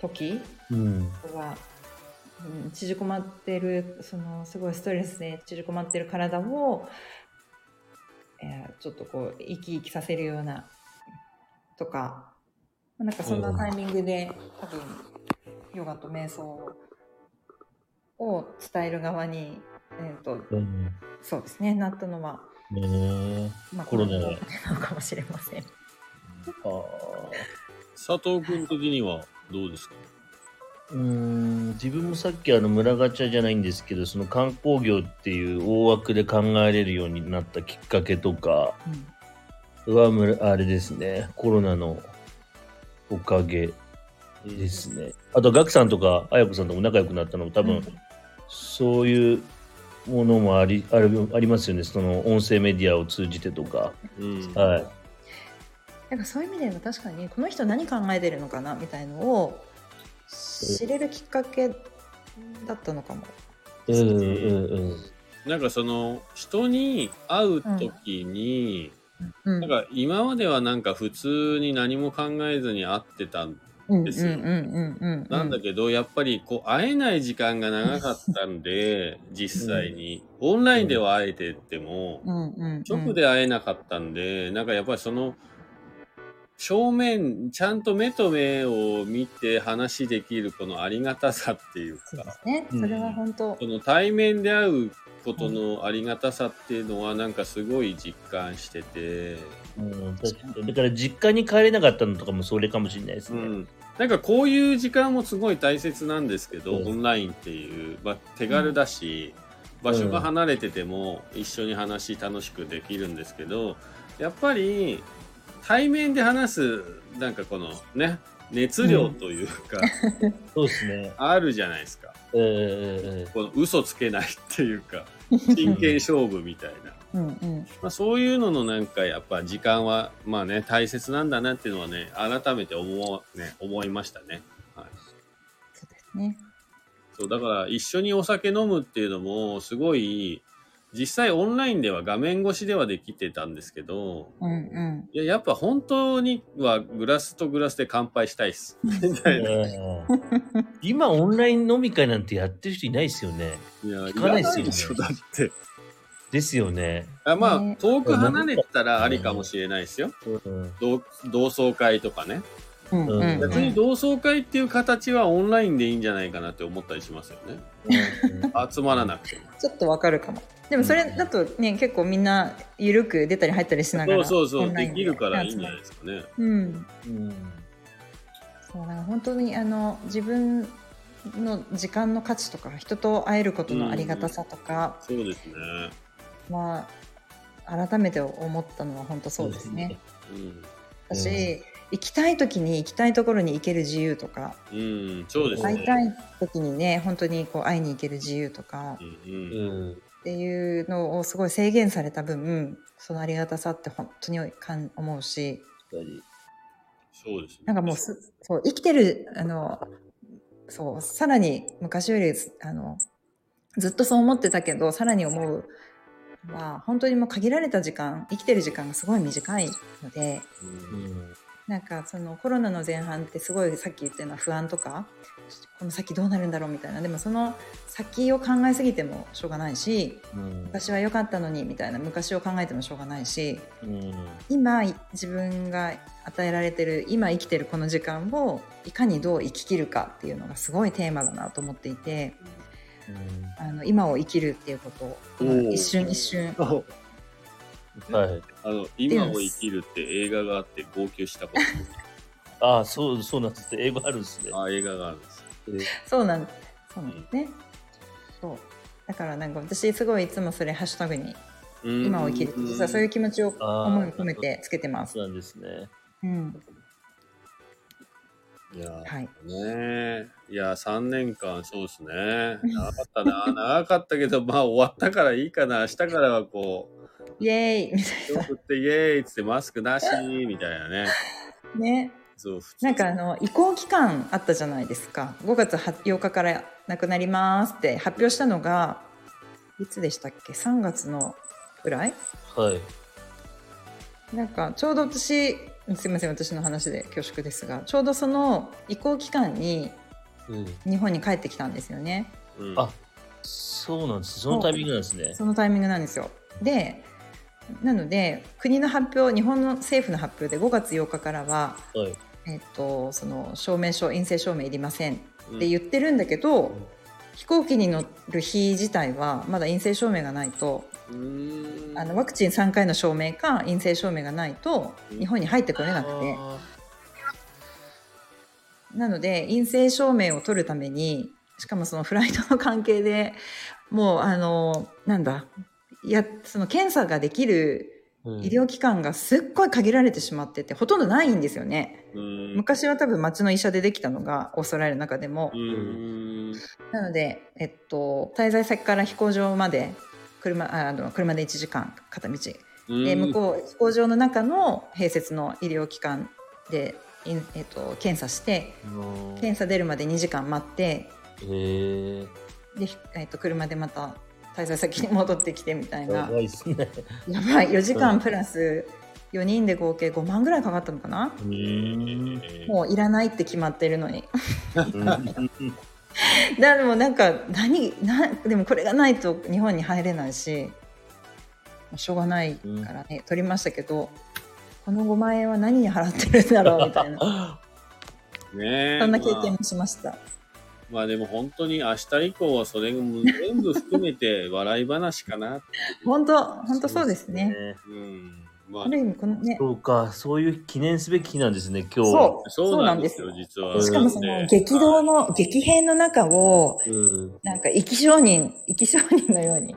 S3: 時
S2: うん。
S3: は、うん、縮こまってるそのすごいストレスで縮こまってる体を、えーちょっとこう生き生きさせるようなとかまあなんかそんなタイミングで、多分ヨガと瞑想を伝える側に、えー、と
S2: うん。
S3: そうですねなったのは、
S2: ねえ。
S3: まあ、
S2: コロナ
S3: このなのかもしれませ
S2: あ
S3: ん。
S2: あ。
S1: 佐藤君的にはどうですか
S2: うーん自分もさっきあの村ガチャじゃないんですけどその観光業っていう大枠で考えれるようになったきっかけとか
S3: うん
S2: はむらあれですねコロナのおかげですねあとガクさんとか綾子さんとも仲良くなったのも多分、
S3: うん
S2: そういうものもありあるありますよねその音声メディアを通じてとか
S1: うん。
S2: はい
S3: なんかそういう意味では確かにこの人何考えてるのかなみたいのを知れるきっかけだったのかも。
S2: うんうんうん
S1: なんかその人に会う時に、
S3: うん
S1: なんか今まではなんか普通に何も考えずに会ってたん
S3: うん
S1: ですよ
S3: うんうんうんうん
S1: なんだけど、やっぱりこう会えない時間が長かったんで実際にオンラインでは会えてっても
S3: うんうんうん
S1: 直で会えなかったんでなんかやっぱりその正面ちゃんと目と目を見て話できるこのありがたさっていう
S3: そうで
S1: か
S3: すね。
S2: うん
S3: それは本当
S1: そ。の対面で会うことのありがたさっていうのはなんかすごい実感してて、
S2: うん確かにだから実家に帰れなかったのとかもそれかもしれないです
S1: う
S2: ね、
S1: ん、なんかこういう時間もすごい大切なんですけど、
S2: うん
S1: オンラインっていう、まあ、手軽だし、場所が離れてても一緒に話楽しくできるんですけどやっぱり対面で話すなんかこのね熱量というか、
S2: そうですね
S1: あるじゃないですか
S2: ええ
S1: この嘘つけないっていうか真剣勝負みたいな。
S3: うんうん。
S1: まあ、そういうののなんかやっぱ時間はまあね大切なんだなっていうのはね改めて思う、ね、思いましたね。
S3: そうですね。
S1: そうだから一緒にお酒飲むっていうのもすごい実際オンラインでは画面越しではできてたんですけど
S3: うんうん。
S1: いややっぱ本当にはグラスとグラスで乾杯したいっ すみたいな。
S2: うん今オンライン飲み会なんてやってる人いないですよね。
S1: いや
S2: 聞かないっすよね
S1: らでしょだって
S2: ですよね。
S1: あまあ
S3: ね
S1: 遠く離れてたらありかもしれないですよ
S2: うん
S1: 同同窓会とかね。
S3: うんうんうん
S1: 逆に同窓会っていう形はオンラインでいいんじゃないかなって思ったりしますよね。集まらなくても。
S3: ちょっとわかるかも。でもそれだとね、結構みんな緩く出たり入ったりしなが
S1: そう
S3: ら。
S1: そうそ
S3: オン
S1: う、
S3: ライ
S1: で
S3: ン
S1: きるからいいんじゃない
S3: 集
S1: ですかね。
S3: まるうん。
S2: うん
S3: そうだから本当にあの自分の時間の価値とか人と会えることのありがたさとか
S1: そうですね。
S3: は、改めて思ったのは本当そうですね。
S1: うん
S3: だ
S2: です
S3: し、
S2: ね
S3: 行きたい時に行きたいところに行ける自由とか、
S1: うん、そうです
S3: 会いた
S1: ね。
S3: い時にね本当にこう会いに行ける自由とか
S1: う
S2: うんん
S3: っていうのをすごい制限された分そのありがたさって本当にかん思うし
S2: やっぱり
S1: そうですね。
S3: なんかもうすそう生きてるあのそうさらに昔よりあのずっとそう思ってたけどさらに思うのは本当にもう限られた時間生きてる時間がすごい短いので
S1: うん
S3: なんかそのコロナの前半ってすごいさっき言ったような不安とかこの先どうなるんだろうみたいなでもその先を考えすぎてもしょうがないし
S2: うん
S3: 昔は良かったのにみたいな昔を考えてもしょうがないし
S2: うん
S3: 今自分が与えられてる今生きてるこの時間をいかにどう生ききるかっていうのがすごいテーマだなと思っていてあの今を生きるっていうこと
S1: おー
S3: を一瞬一瞬
S2: はい
S1: あの、今を生きるって映画があって号泣したこ
S2: ああそうそうなんです英語あるんです ね
S1: と。あ、映画があるんです。
S3: そうなんそうなんですね。そうだからなんか私すごいいつもそれハッシュタグに今を生きるって実はそういう気持ちを思いを込めてつけてます
S2: そ。うなんですね
S3: うん、
S1: いや
S3: はい。
S1: ーねいや3年間そうですね長かったな長かったけどまあ終わったからいいかな明日からはこう
S3: イエーイみた
S1: 手を振ってイエーイっつってマスクなしみたいなね
S3: いな ね。
S1: そう普通
S3: なんかあの移行期間あったじゃないですか。5月8日からなくなりますって発表したのがいつでしたっけ？3月のぐらい？
S2: はい
S3: なんかちょうど私すいません私の話で恐縮ですがちょうどその移行期間に
S2: うん
S3: 日本に帰ってきたんですよね。
S1: うん
S2: あそうなんですそのタイミングなんですね
S3: そのタイミングなんですよ。でなので国の発表日本の政府の発表で5月8日からは、
S2: はい
S3: えっとその証明書陰性証明いりません
S1: うん
S3: って言ってるんだけど、飛行機に乗る日自体はまだ陰性証明がないと
S1: うーん
S3: あのワクチン3回の証明か陰性証明がないと
S1: うん
S3: 日本に入ってこれなくて、
S2: あ
S3: なので陰性証明を取るためにしかもそのフライトの関係でもうあのなんだいやその検査ができる
S2: ーうん
S3: 医療機関がすっごい限られてしまっててほとんどないんですよね
S1: うーん
S3: 昔は多分町の医者でできたのがオーストラリアの中でも
S1: うーん
S3: なので、えっと、滞在先から飛行場まで車ああの車で1時間片道で向こう飛行場の中の併設の医療機関で、いんえっと、検査して
S2: うん
S3: 検査出るまで2時間待って
S2: へえ
S3: で、ひえっと、車でまた滞在先に戻ってきてみたい
S2: や
S3: な
S2: ばいですね
S3: やばい4時間プラス4人で合計5万ぐらいかかったのかな
S1: う
S2: う
S1: ん
S2: ん
S1: えー
S3: もういらないって決まってるのに
S2: うん
S3: でもなんか何なでもこれがないと日本に入れないしもうしょうがないからね、取りましたけどこの5万円は何に払ってるんだろうみたいな
S1: ねえ
S3: そんな経
S1: ま
S3: 験
S1: あ
S3: もしました。
S1: まあでも本当に明日以降はそれも全部含め て笑い話かなって
S3: 本当本当そうですね。
S1: うんま
S3: ある意味このね、
S2: そうかそういう記念すべき日なんですね今日
S3: そ
S1: あ
S3: う
S1: そうなんです
S3: そう
S1: よ
S3: なん
S1: 実は
S3: しかもその激動の激変の中を
S2: うん
S3: なんか生き証人生き証人のように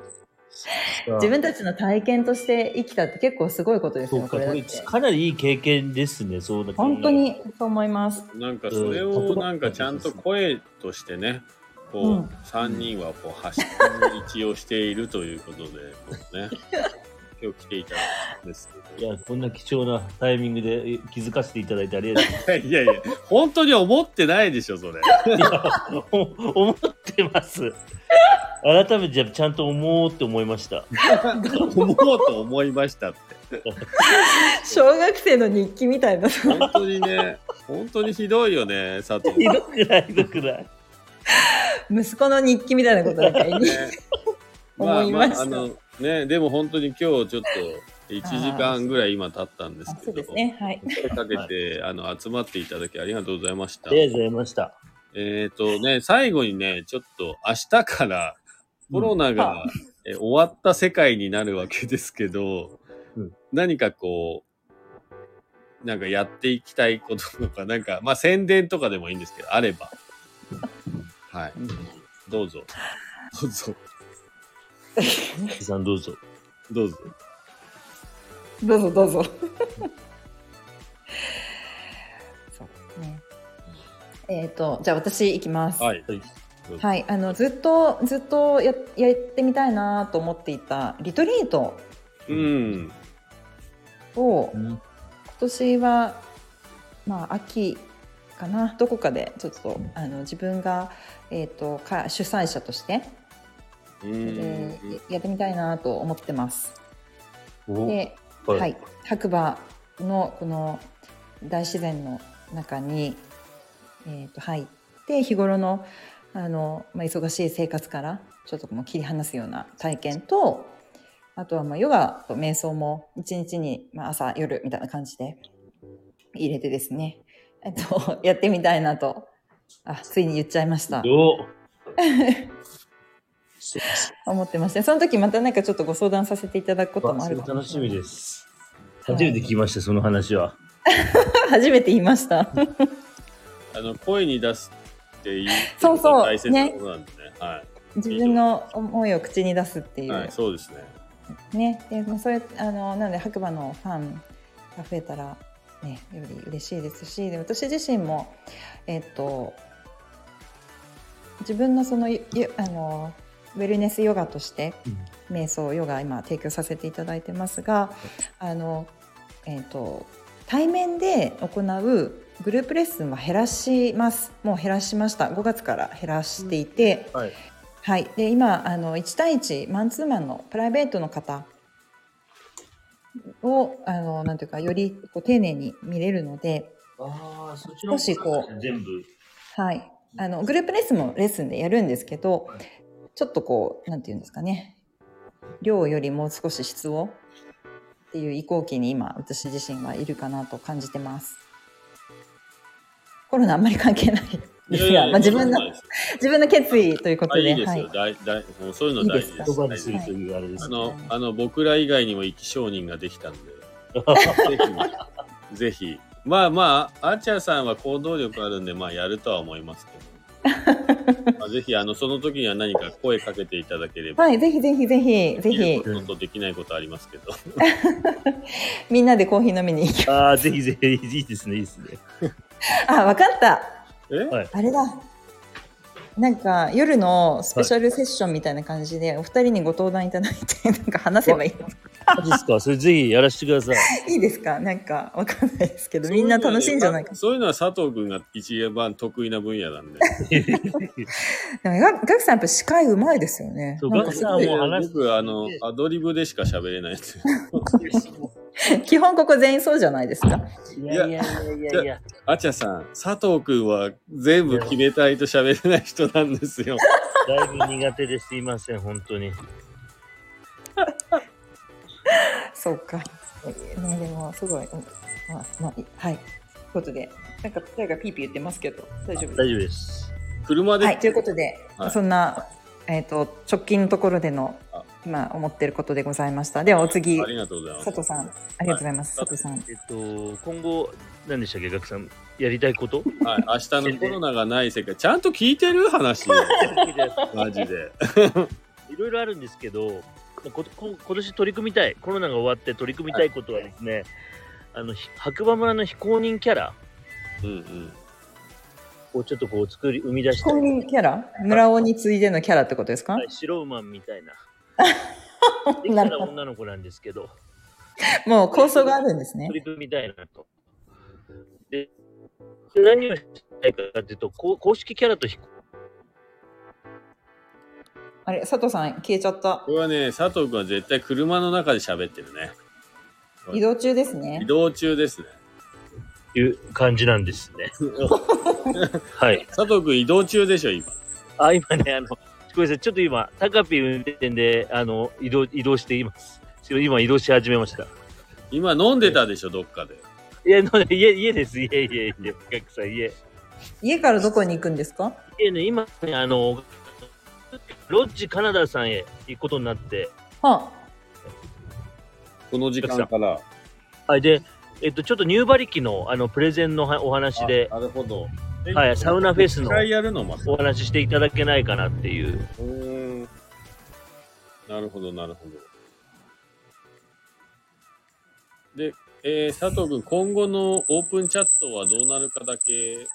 S3: 自分たちの体験として生きたって結構すごいことです
S2: そ
S3: よ
S2: う
S3: こ
S2: か
S3: れ
S2: こ
S3: だっ
S2: れ
S3: て
S2: かなりいい経験ですねそうだけど
S3: 本当にそう思います。
S1: なんかそれをなんかちゃんと声としてね、
S3: う
S1: こ
S3: ん
S1: う三人はこう発信を一応しているということで、こうね、今日来ていただいたんです
S2: い
S1: けど。
S2: やこんな貴重なタイミングで気づかせていただいてありがとう
S1: いやいや、本当に思ってないでしょそ れ。
S2: お思ってます。改めてちゃんと思おうって思いました。
S1: 思おうと思いましたって。
S3: 小学生の日記みたいな。
S1: 本当にね、本当にひどいよね、佐藤。
S2: ひ
S1: ね
S2: どくないひどくない。
S3: 息子の日記みた いなことだけど
S1: まあ
S3: 思い
S1: ま
S3: まし
S1: あ
S3: た
S1: あのね、でも本当に今日ちょっと1時間ぐらい今経ったんです
S3: あ
S1: けど、
S3: そうですね。はい。
S1: 声かけて、あの、集まっていただきありがとうございました
S2: あ。りがとうございました。
S1: えっ、とね、最後にね、ちょっと明日からコロナが、え終わった世界になるわけですけど、
S2: うん
S1: 何かこう、なんかやっていきたいこととか、なんか、まあ宣伝とかでもいいんですけど、あれば。はい。どうぞ。どうぞ。
S2: うんさんどうぞ。
S1: どうぞ。
S3: どうぞどう ぞ。そうね。えっ、と、じゃあ私行きます。
S1: はい。
S3: はい、あのずっとずっとややってみたいなと思っていたリトリート
S1: うん。
S3: を
S2: う
S3: 今
S2: ん
S3: 年はまあ秋かなどこかでちょっとあの自分がえっ、とか主催者として、
S1: う
S3: え
S1: ん。
S3: ーやってみたいなと思ってます。
S2: お
S3: で、
S2: はい
S3: はい、白馬のこの大自然の中に、えー、と入って日頃のあの、まあ、忙しい生活からちょっともう切り離すような体験とあとはまあヨガと瞑想も一日に、まあ、朝夜みたいな感じで入れてですね、えっと、 やってみたいなとあついに言っちゃいました
S2: どうそう
S3: 思ってましてその時またなんかちょっとご相談させていただくこともあ
S2: そ
S3: る
S2: れ
S3: かもれ
S2: 楽
S3: な
S2: しみ
S3: い
S2: です。初めて聞きました、その話は。
S3: 初めて言いました。
S1: あの、声に出すっていう
S3: そうそう
S1: 大切なことなんですね。は
S3: 自分の思いを口に出すってい
S1: い。
S3: う、
S1: はい。そうですね。
S3: ねでまあそういうあのなので白馬のファンが増えたら、ね、より嬉しいですしで私自身も、えっと自分のそのゆゆあのウェルネスヨガとして瞑想ヨガ今提供させていただいてますがあの、えっと対面で行うグループレッスンは減らしますもう減らしました5月から減らしていて。
S2: はい。
S3: はい、で今あの1対1マンツーマンのプライベートの方をあのなんていうかよりこう丁寧に見れるので、
S2: ああ、そち
S3: らも少しこう
S2: 全部。
S3: はい、あのグループレッスンもレッスンでやるんですけど
S2: はい
S3: ちょっとこうなんていうんですかね量よりもう少し質をっていう移行期に今私自身はいるかなと感じてます。コロナあんまり関係ないですが、まあ、自分の自分の決意ということ
S1: あ
S3: で。
S1: いいです
S3: はい
S1: よ、大大もうそういうの大事です
S2: 言葉
S1: 大
S2: に
S1: 事
S2: す
S1: で
S2: る
S1: す
S2: というあれです
S1: あ
S2: ね。
S1: のあの僕ら以外にも生き証人ができたんでぜひぜひまあまあアーチャーさんは行動力あるんでまあやるとは思いますけ どまあぜひあのその時には何か声かけていただければ、
S3: はい、ぜひぜひぜひぜ
S1: でき
S3: ひ
S1: ることとできないことありますけど
S3: みんなでコーヒー飲みに行き
S2: ああ、ぜひぜひ、いいですね、いいですね。
S3: あ、わかった。
S1: え
S3: あれだ。なんか夜のスペシャルセッションみたいな感じで、お二人にご登壇いただいて、 なんか話せばいいの。
S2: マジですか、それぜひやらせてください。
S3: いいですか、なんかわかんないですけど、みんな楽しいんじゃないか。
S1: そういうのは佐藤君が一番得意な分野 なんで
S3: でも、ガガクさん、やっぱ司会うまいですよね。
S2: そう
S3: なん
S2: ガ
S3: か
S2: ク
S3: す
S2: さん
S3: ご
S2: も
S3: い。
S1: で
S2: 話す
S1: 僕あのアドリブでしか喋れないんで
S3: 基本ここ全員そうじゃないですか。
S2: い
S1: やい
S2: やい
S1: やい
S2: や。
S1: アーチャーさん佐藤君は全部決めたいと喋れない人なんです よ
S2: だいぶ苦手ですいません、本当に。
S3: そうか。ね、でも、すごい。うんまあ、まあ、いいはい。ということで、なんか、誰がピーピー言ってますけど、大丈夫ですか
S2: 大丈夫です。
S1: 車で、
S3: はい、ということで、
S1: はい
S3: そんな、えー、と直近のところでの
S1: あ
S3: 今思ってることでございました。ではお次
S1: あ、りがとうございます
S3: 佐藤さん、ありがとうございます。
S1: はい
S3: 佐藤さん、
S2: えっと、今後、何でしたっけ、学さん、やりたい こと
S1: はい、明日のコロナがない世界、ちゃんと聞いてる話、マジ で。
S2: いろいろあるんですけど、まあここ今年取り組みたい、コロナが終わって取り組みたいことはですね、あのひ白馬村の非公認キャラ
S1: うんうん。
S2: をちょっとこう作り、生み出した
S3: 公
S2: い。
S3: 認キャラ、村尾に次いでのキャラってことですか？
S2: はい、白馬みたいな。でき
S3: な
S2: た
S3: る
S2: ら
S3: ほど
S2: 女の子なんですけど、
S3: もう構想があるんですね
S2: 取。り組みたいなと。で、何をしたいかっていうと、こう公式キャラと非公
S3: あれ、佐藤さん消えちゃった
S1: こ。れはね、佐藤君は絶対車の中で喋ってるね。
S3: 移動中ですね
S1: 移。動中ですね。
S2: いう感じなんです ね。はい。
S1: 佐藤君移動中でしょ、今。
S2: あ、今ね、あの、ごめんなさい、ちょっと今、タカピ運転で、あの、移動、移動しています。今移動し始めました。
S1: 今飲んでたでしょ、どっかで。
S2: いや、の家、家です。家、家、家。お客さん、家。
S3: 家からどこに行くんですか
S2: 家ね、今ね、あの、ロッジカナダさんへ行くことになって、
S3: は
S1: この時間から。
S2: はい、で、えっと、ちょっとニューバリキの、あの、プレゼンのはお話で
S1: あ、なるほど。
S2: はいサウナフェスの
S1: 一回やるのまた。
S2: お話ししていただけないかなっていう。
S1: うーん。なるほど、なるほど。で、えー、佐藤君、今後のオープンチャットはどうなるかだけ。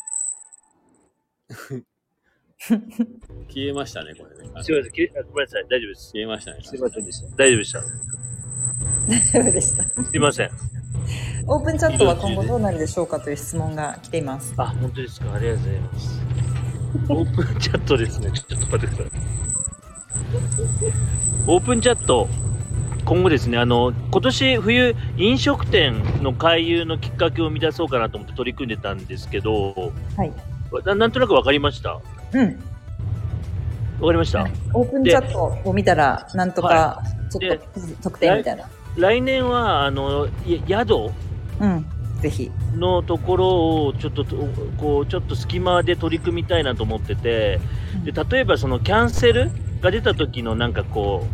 S1: 消えましたね、これね。
S2: すいません、きあごめんなさい、大丈夫です。
S1: 消えましたね。
S2: すいませんでした。大丈夫でした。す
S3: あ、大丈夫でした。
S2: いません。
S3: オープンチャットは今後どうなるでしょうかという質問が来ています。
S2: あ、本当ですか。ありがとうございます。オープンチャットですね。ちょっと待ってください。オープンチャット、今後ですね、あの、今年冬、飲食店の回遊のきっかけを生み出そうかなと思って取り組んでたんですけど、
S3: はい。
S2: ななんとなくわかりましたわか
S3: うん。
S2: りました
S3: オープンチャットを見たら、なんとか、ちょっ
S2: で
S3: と特典みたいな。
S2: 来年は、あの、や宿
S3: うん。ぜひ。
S2: のところをちょっととこうちょっと隙間で取り組みたいなと思っててで例えばそのキャンセルが出た時のなんかこ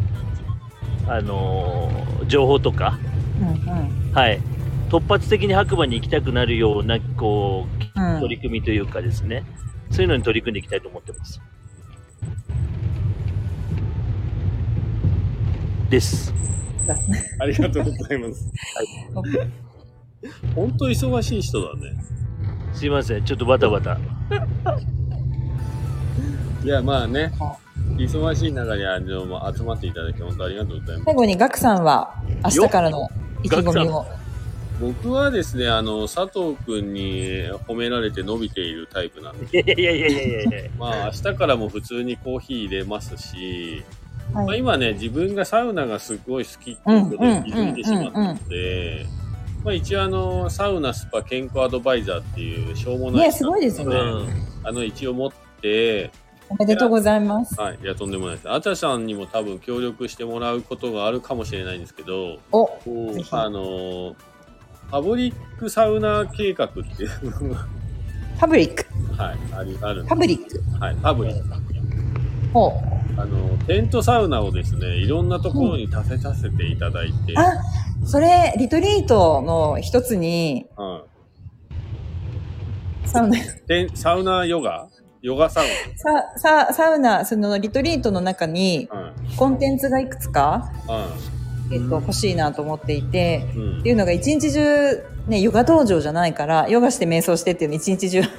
S2: うあのー情報とか
S3: うんうん。
S2: はい突発的に白馬に行きたくなるようなこ
S3: う、
S2: うん取り組みというかですね、そういうのに取り組んでいきたいと思ってますです
S1: ありがとうございます。本当忙しい人だね。
S2: すいませんちょっとバタバタ
S1: いや、まあね。忙しい中にあの集まっていただき、本当ありがとうございます。
S3: 最後にガクさんは明日からの意気込みを。
S1: 僕はですね、あの、佐藤くんに褒められて伸びているタイプなんで、
S2: いやいやいやいやいやいや
S1: まあ、明日からも普通にコーヒー入れますし、ま
S3: は
S1: あ、
S3: い。
S1: 今ね、自分がサウナがすごい好きっていうことに気づいてしまったので、まあ、一応あの、サウナスパ健康アドバイザーっていう、しょうもない
S3: ね、すごいです
S1: う
S2: う
S1: ね
S3: ね。
S2: ん
S1: あの、一応持って、
S3: おめでとうございます。
S1: はい、いや、とんでもないです。あたさんにも多分協力してもらうことがあるかもしれないんですけど、
S3: お、
S2: うん
S3: ぜひ
S1: あの、パブリックサウナ計画っていうのが、
S3: パブリック。
S1: はい、ありあるんで
S3: パブリック。
S1: はい、パブリック。
S3: お、
S1: あの、テントサウナをですね、いろんなところに立てさせていただいて、
S3: あ、それ、リトリートの一つに、
S1: うん
S3: サウナ、
S1: テンサウナヨガヨガサウ
S3: さ、さ、サウナ、そのリトリートの中に、
S1: ナ。うん。
S3: コンテンツがいくつか、えっと、
S2: うん
S3: 欲しいなと思っていて、
S1: うん。うん
S3: っていうのが一日中、ね、ヨガ道場じゃないから、ヨガして瞑想してっていうの一日中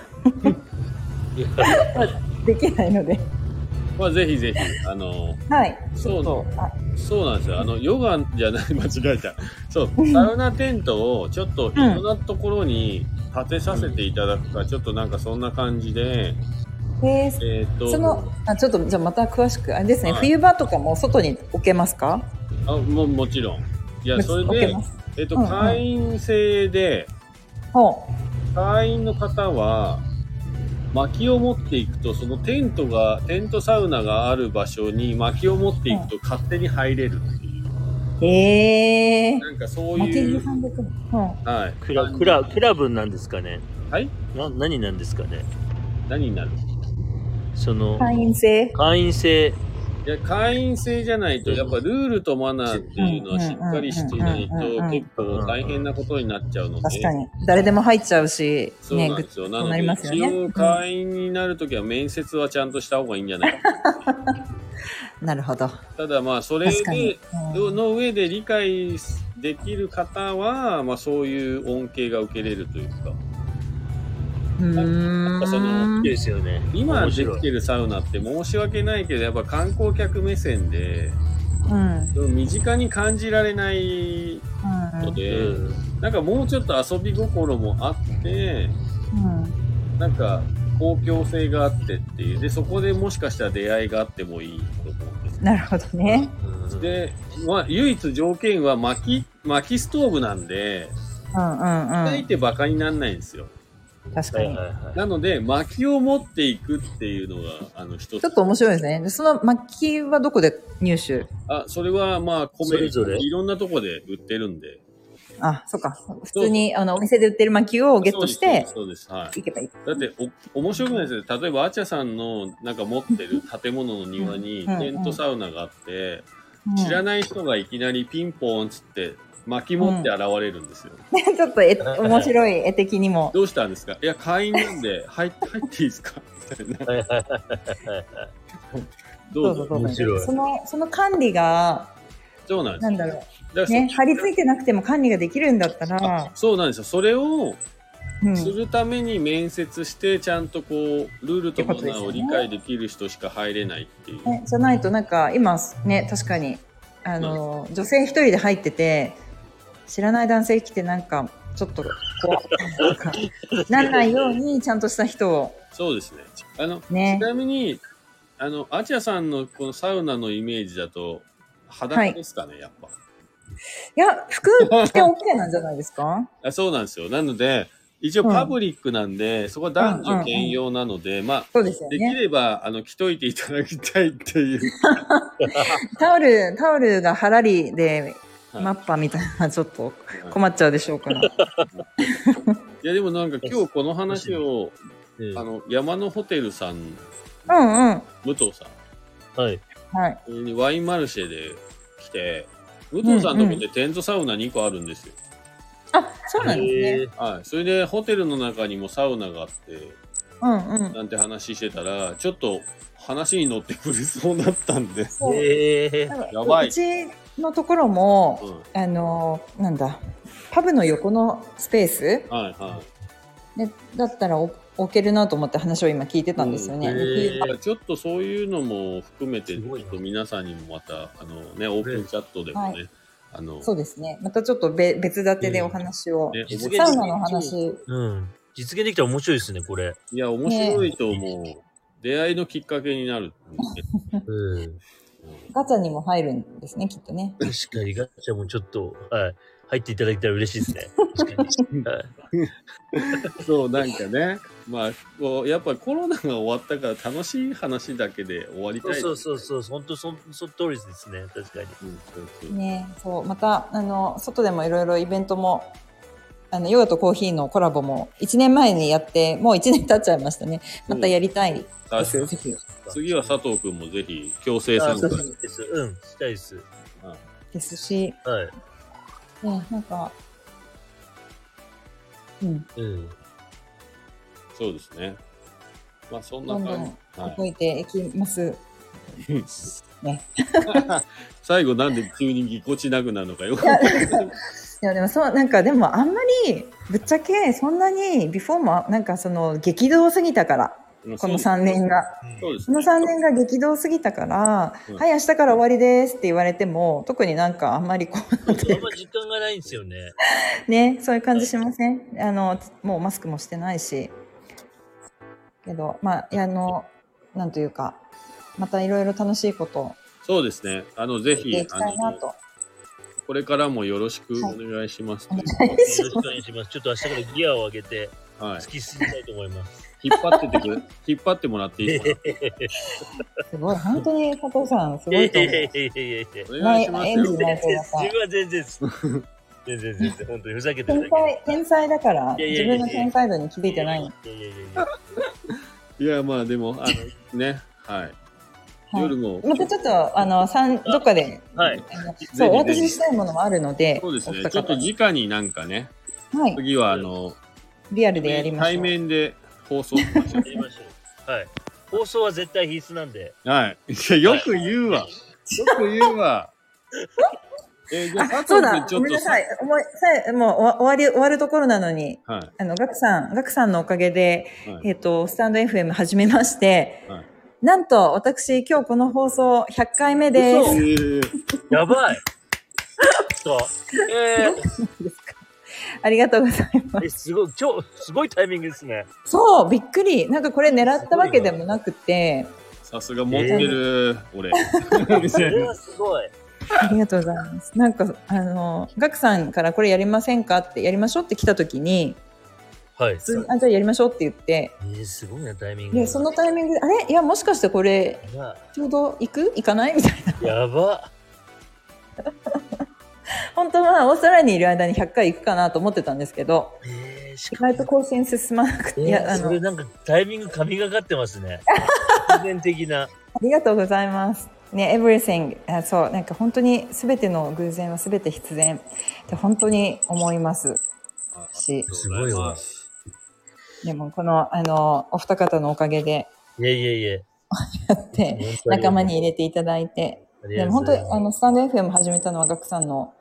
S3: できないので。
S1: まあ、ぜひぜひ、あの、
S3: はい。ち
S1: そ
S3: ょっと
S1: う、、
S3: あ
S1: そうなんですよ。あの、ヨガじゃない、間違えた。そう、サウナテントをちょっといろんなところに立てさせていただくか、ちょっとなんかそんな感じで、
S3: で
S1: えっ、と、
S3: その、あ、ちょっと、じゃあまた詳しく、あれですね、
S1: はい
S3: 冬場とかも外に置けますか
S1: あも、もちろん。いや、それ
S3: 置け
S1: で
S3: ま、す。
S1: えっ、と、
S3: うんうん
S1: 会員制で、
S3: ほう。
S1: 会員の方は、薪を持っていくと、そのテントが、テントサウナがある場所に薪を持っていくと勝手に入れるっていう。
S3: ええー。
S1: なんかそう
S3: 負け
S1: い
S3: に
S1: う、
S3: 半額。うん。
S1: はい。
S2: クラクラクラブなんですかね
S1: はい
S2: な何なんですかね
S1: 何になる
S2: その
S3: 会員制。
S2: 会員制
S1: いや、会員制じゃないと、やっぱルールとマナーっていうのはしっかりしていないと
S3: うんうんうんうんうん、
S1: 結構大変なことになっちゃうので。
S3: 確かに。誰でも入っちゃうし、
S1: そう
S3: ね、
S1: なん
S3: グ
S1: で
S3: ッ
S1: すよ。
S3: ズ
S1: な
S3: と
S1: の
S3: な
S1: で、
S3: りますよね。
S1: 一応会員になるときは面接はちゃんとした方がいいんじゃないか。
S3: うんなるほど。
S1: ただまあ、それ
S3: 確か
S1: で
S3: に、。うん
S1: の上で理解できる方は、まあ、そういう恩恵が受けれるというか
S3: う
S1: やっぱその
S3: ーん。
S2: ですよね
S1: 今
S2: 面
S1: で
S2: 白
S1: き
S2: い
S1: てるサウナって申し訳ないけどやっぱ観光客目線で
S3: うん。
S1: でも身近に感じられないので、
S2: うん
S1: なんかもうちょっと遊び心もあって
S3: うん。
S1: なんか公共性があってっていうでそこでもしかしたら出会いがあってもいいと思うんです
S3: なるほどね。
S2: うん
S1: で、まあ、唯一条件は薪薪ストーブなんで
S3: うんうんう
S1: 叩い
S3: ん。
S1: てバカにならないんですよ
S3: 確か
S2: はい
S3: に。
S2: はいはい。
S1: なので、薪を持っていくっていうのが、あの、一つ。
S3: ちょっと面白いですね。でその薪はどこで入手
S1: あ、それは、まあ、米、
S2: それぞれ
S1: いろんなとこで売ってるんで。
S3: あ、そっか。普通に、あの、お店で売ってる薪をゲットして、
S1: そうです。そうですはい。
S3: 行けばいい。
S1: だってお、面白くないですよ。例えば、アーチャさんの、なんか持ってる建物の庭に、
S3: うんうん
S1: テントサウナがあって、
S3: うん
S1: 知らない人がいきなりピンポンっつって、薪持って現れるんですよ。
S3: ちょっとえ面白い絵的にも。
S1: どうしたんですかいや、会員なんで、 入って、入っていいですかみたいな
S2: はい はいはい
S1: どうぞ。
S2: どうぞ面白い
S3: その、その管理が、
S1: そうなんです
S3: な
S1: よ
S3: んだろ
S1: だ
S3: う。
S1: から
S3: ね、張り付いてなくても管理ができるんだったら、
S1: そうなんですよ。それを
S3: うん。
S1: するために面接して、ちゃんとこう、ルールとマナーを理解できる人しか入れないっていう。
S3: ね、じゃないとなんか、今、ね、確かに、あの、女性一人で入ってて、知らない男性来てなんか、ちょっと、こう、なんかならないように、ちゃんとした人を、
S1: そうですね。あの、
S3: ね
S1: ち。なみに、あの、アチアさんのこのサウナのイメージだと、裸ですかね、やっぱ。
S3: いや、服着て OK なんじゃないです か
S1: あそうなんですよ。なので、一応
S3: うん
S1: パブリックなんで、そこは男女兼用なので、まあ、
S3: そうですよ
S1: でき
S3: ね。
S1: れば、あの、着といていただきたいっていう。
S3: タオル、タオルがハラリで、
S1: はい
S3: マッパみたいな、ちょっと困っちゃうでしょ うから。
S1: いや、でもなんか今日この話を、
S2: うん
S1: あの、山のホテルさん、
S3: うんうん。
S1: 武藤さん、
S2: はい。
S3: はい。
S1: えーワインマルシェで来て、武藤さんのとこでテントサウナ2個あるんですよ。
S3: あ、そうなんですね。
S2: えー
S1: はい。それで、ホテルの中にもサウナがあって、
S3: うんうん。
S1: なんて話してたら、ちょっと話に乗ってくれそうだったんで。
S3: そう
S2: えー
S3: なんか
S1: やばいう
S3: ちのところも、
S1: うん。
S3: あの、なんだ、パブの横のスペース
S1: はいは
S3: でだったらお置けるなと思って話を今聞いてたんですよね。
S1: うん
S2: へー
S1: い。ちょっとそういうのも含めて、
S2: す
S1: ちょ
S2: ごい
S1: っ
S2: な
S1: と皆さんにもまた、あのね、オープンチャットでもね、
S3: は
S1: あの、
S3: そうですね。またちょっとべ別立てでお話を。
S1: ね、
S2: 実現
S3: サウナの話。
S2: うん。実現できたら面白いですね、これ。
S1: いや、面白いと思う。出会いのきっかけになるんで。
S2: うん。
S3: ガチャにも入るんですね、きっとね。
S2: 確かに、ガチャもちょっと、はい。入っていただけたら嬉しいですね。確かに。はい
S1: そう、なんかね、まあ、こうやっぱりコロナが終わったから楽しい話だけで終わりたい。
S2: そうそうそうそう、本当そ、その通りですね、確かに。
S1: うんそうそう
S3: ね、そう、また、あの、外でもいろいろイベントも、あの、ヨガとコーヒーのコラボも1年前にやって、もう1年経っちゃいましたね。またやりたい
S1: あ
S3: ですよ、ぜひ。
S1: 次は佐藤くんもぜひ強制
S2: あ
S1: 参
S2: そ
S1: 加
S2: う。です。うん、したいです。
S3: ですし、
S2: はい。
S3: ね、なんか、うん、
S2: うん。
S1: そうですね。まあそんな
S3: どんど
S1: 感
S3: ん
S1: じ。は
S3: 動いていきます。
S1: い、最後なんで急にぎこちなくなるのかよくわかんない
S3: いやでもそうなんかでもあんまりぶっちゃけそんなにビフォーもなんかその激動すぎたからこの3年。が
S1: そうです
S3: この
S1: ね。
S3: 3年が激動すぎたから「
S1: うん
S3: はい明日から終わりです」って言われても特になんかあんまりこう
S2: あんま時間がないんですよね。
S3: ねそういう感じしませんあのもうマスクもしてないしけどまあいやあのなんというかまたいろいろ楽しいことを
S1: そうですね。あの、ぜ
S3: やって
S1: ひ
S3: い、き
S1: あ
S3: たいな
S1: の、
S3: と
S1: これからもよろしくお願いしますという。
S2: よろしくお願いします。ちょっと明日からギアを上げて、
S1: はい
S2: 突。き進みたいと思います。
S1: 引っ張っててくれ、引っ張ってもらっていいかな。
S3: すごい本当に佐藤さんす
S2: いや
S3: ご
S2: い
S3: いと
S2: や
S3: 思
S2: いやい。やい
S3: う
S2: やいや。
S1: お願いします
S3: エンジン
S1: よ。
S3: ない
S2: 全
S3: と
S2: 然自
S3: やっぱ
S2: 分は全然です。全然全然、本当にふざけてるだけ
S3: 天才、天才だから、
S2: いやい
S3: 自
S2: やいやい
S3: 分
S2: や
S3: の天才度に気づいてない。
S2: い
S3: は
S2: やいやいやいや。
S1: いや、まあでも、あの、ね、はい。夜
S3: い、
S1: も、
S3: またちょっと、あの、三、どっかで、
S2: はい。
S3: あの
S1: ぜ
S3: そう、お渡
S1: ひぜひ
S3: ししたいものもあるので、
S1: そうですね。
S3: お
S1: ちょっと
S3: 二方
S1: 直になんかね、
S3: はい、
S1: 次はあの、
S3: リアルでやりまし
S1: 対
S3: ょう。
S1: 面で放送しましょ
S2: やりましょう。はい。放送は絶対必須なんで。
S1: う。はい。 いやよく言うわ。よく言う わ。えーじゃあ、
S3: あ、
S1: 佐
S3: そう
S1: 藤君
S3: だ、
S1: ち
S3: ご
S1: ょっ
S3: め
S1: と
S3: んなさい。思い、さえ、もう、終わり、終わるところなのに、
S1: はい。
S3: あの、ガクさん、ガクさんのおかげで、
S1: はい
S3: えっ、と、スタンド FM 始めまして、
S1: はい
S3: なんと、私、今日この放送100回目で
S1: え
S3: す。
S1: ー
S2: やばい。そう。え
S3: ありがとうございま
S2: ー、
S3: す。
S2: えすごい、超、すごいタイミングですね。
S3: そう、びっくり。なんかこれ狙ったわけでもなくて、
S1: さすが持ってる、俺。
S2: それはすごい。
S3: ありがとうございます。なんか、あの、ガクさんからこれやりませんかって、やりましょうって来た時に、
S2: はい。
S3: 普通に、あ、じゃあやりましょうって言って、
S2: えー、すごいな、タイミング。
S3: で、そのタイミングで、あれいや、もしかしてこれ、
S2: や
S3: ちょうど行く行かないみたいな。
S2: ば。やば。
S3: 本当は、オーストラリアにいる間に100回行くかなと思ってたんですけど、
S2: えー、し
S3: 意
S2: かも
S3: 外と更新進まなくて、い
S2: いや、
S3: や、あ
S2: そ
S3: の、
S2: れなんかタイミング神がかってます ね。必然的な。
S3: ありがとうございます。ね、everything あそうなんか本当にすべての偶然はすべて必然って本当に思いますし、
S2: すごいわ。
S3: でもこのあのお二方のおかげで
S2: いやいやいや。
S3: だって
S2: 本当に
S3: 仲間に入れていただいて、
S2: あり
S3: で
S2: が
S3: も
S2: とう
S3: 本
S2: ご
S3: 当
S2: ざい
S3: に
S2: ます
S3: あのスタンド FM 始めたのはガクさんの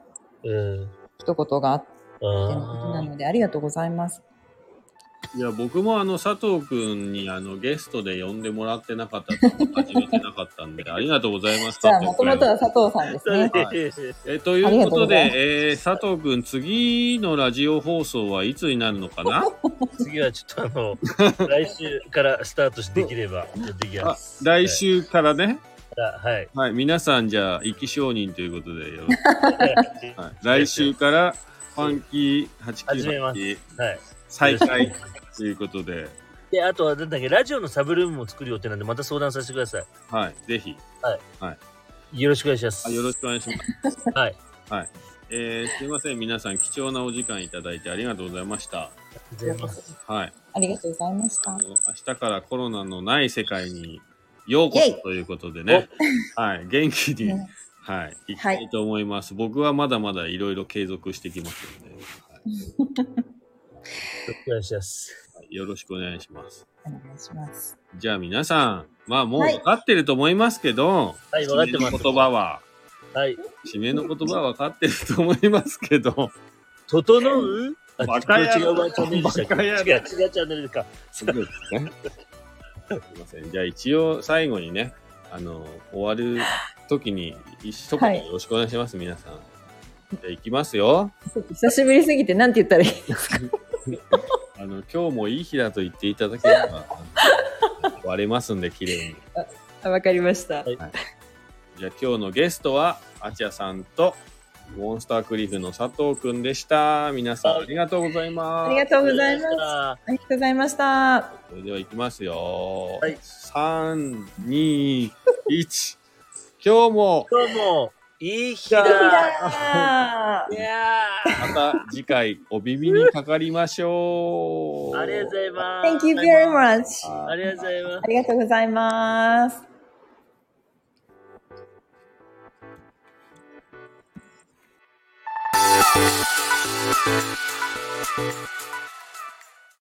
S2: うん。
S3: 一言があってのことな
S2: あ
S3: のでありがとうございます。
S1: いや、僕もあの、佐藤くんにあの、ゲストで呼んでもらってなかったとか、始めてなかったんで、ありがとうございました。
S3: じゃあもともとは佐藤さんですね。
S1: はい
S2: ー。
S1: えということで
S3: ありがとうございま
S1: えー佐藤くん、次のラジオ放送はいつになるのかな
S2: 次はちょっとあの、来週からスタートしできれば、やっていきま
S1: あ
S2: す。
S1: 来週からね、
S2: はい。
S1: はい、皆さんじゃあ、生き証人ということでよろしく、
S2: はい。
S1: はい、来週から、ファンキ
S2: 始めま
S1: ー898
S2: はい。
S1: 再開ということで、
S2: で、あとは、なんだっけ、ラジオのサブルームも作る予定なんで、また相談させてくださ
S1: はい、ぜひ、
S2: い。よろしくお願いします。
S1: あよろしくお願いします。
S2: はい。
S1: えーすいません、皆さん、貴重なお時間いただいてありがとうございました。
S2: ありがとうございます
S1: はい、
S3: ありがとうございまし
S1: あ
S3: た
S1: の。明日からコロナのない世界にようこそということでね、はい、元気に、
S3: ね
S1: はい、行きたいと思います。僕はまだまだいろいろ継続してきますので、
S2: よろしくお願いします。
S1: はいよろしくお願いします。
S3: お願いします。
S1: じゃあ皆さん、まあもう
S3: はい
S1: 分かってると思いますけど、
S2: はい分かってま
S1: 締め
S2: す
S1: の言葉は、
S2: はい。
S1: 締めの言葉は分かってると思いますけど、
S2: 整うあ
S1: バカ野
S2: 違う
S1: 郎
S2: チャンネルでしたっ
S1: バカ
S2: け
S1: 野郎
S2: 違う、違うチャンネルか。
S1: すい ません。じゃあ一応最後にね、あの、終わる時に一言よろしくお願いします、皆さん。じゃあ行きますよ。
S3: 久しぶりすぎてなんて言ったらいい
S1: あの、今日もいい日だと言っていただければ、あの割れますんで、綺麗に。
S3: あわかりました。
S1: じゃあ今日のゲストは、あちゃさんと、モンスタークリフの佐藤くんでした。皆さんありがとうございます。
S3: ありがとうございます。
S2: あ
S3: ありがとうございました。
S1: それでは行きますよ。
S2: はい
S1: 3、2、1。今日も、
S2: 今日も、いい日
S3: いい日
S2: だ。
S3: だ
S2: いや
S1: また次回お耳にかかりましょ
S2: ー
S1: う。
S2: ありがとうございます。
S3: Thank you very much.
S2: ありがとうございます
S3: あ。りがとうございます。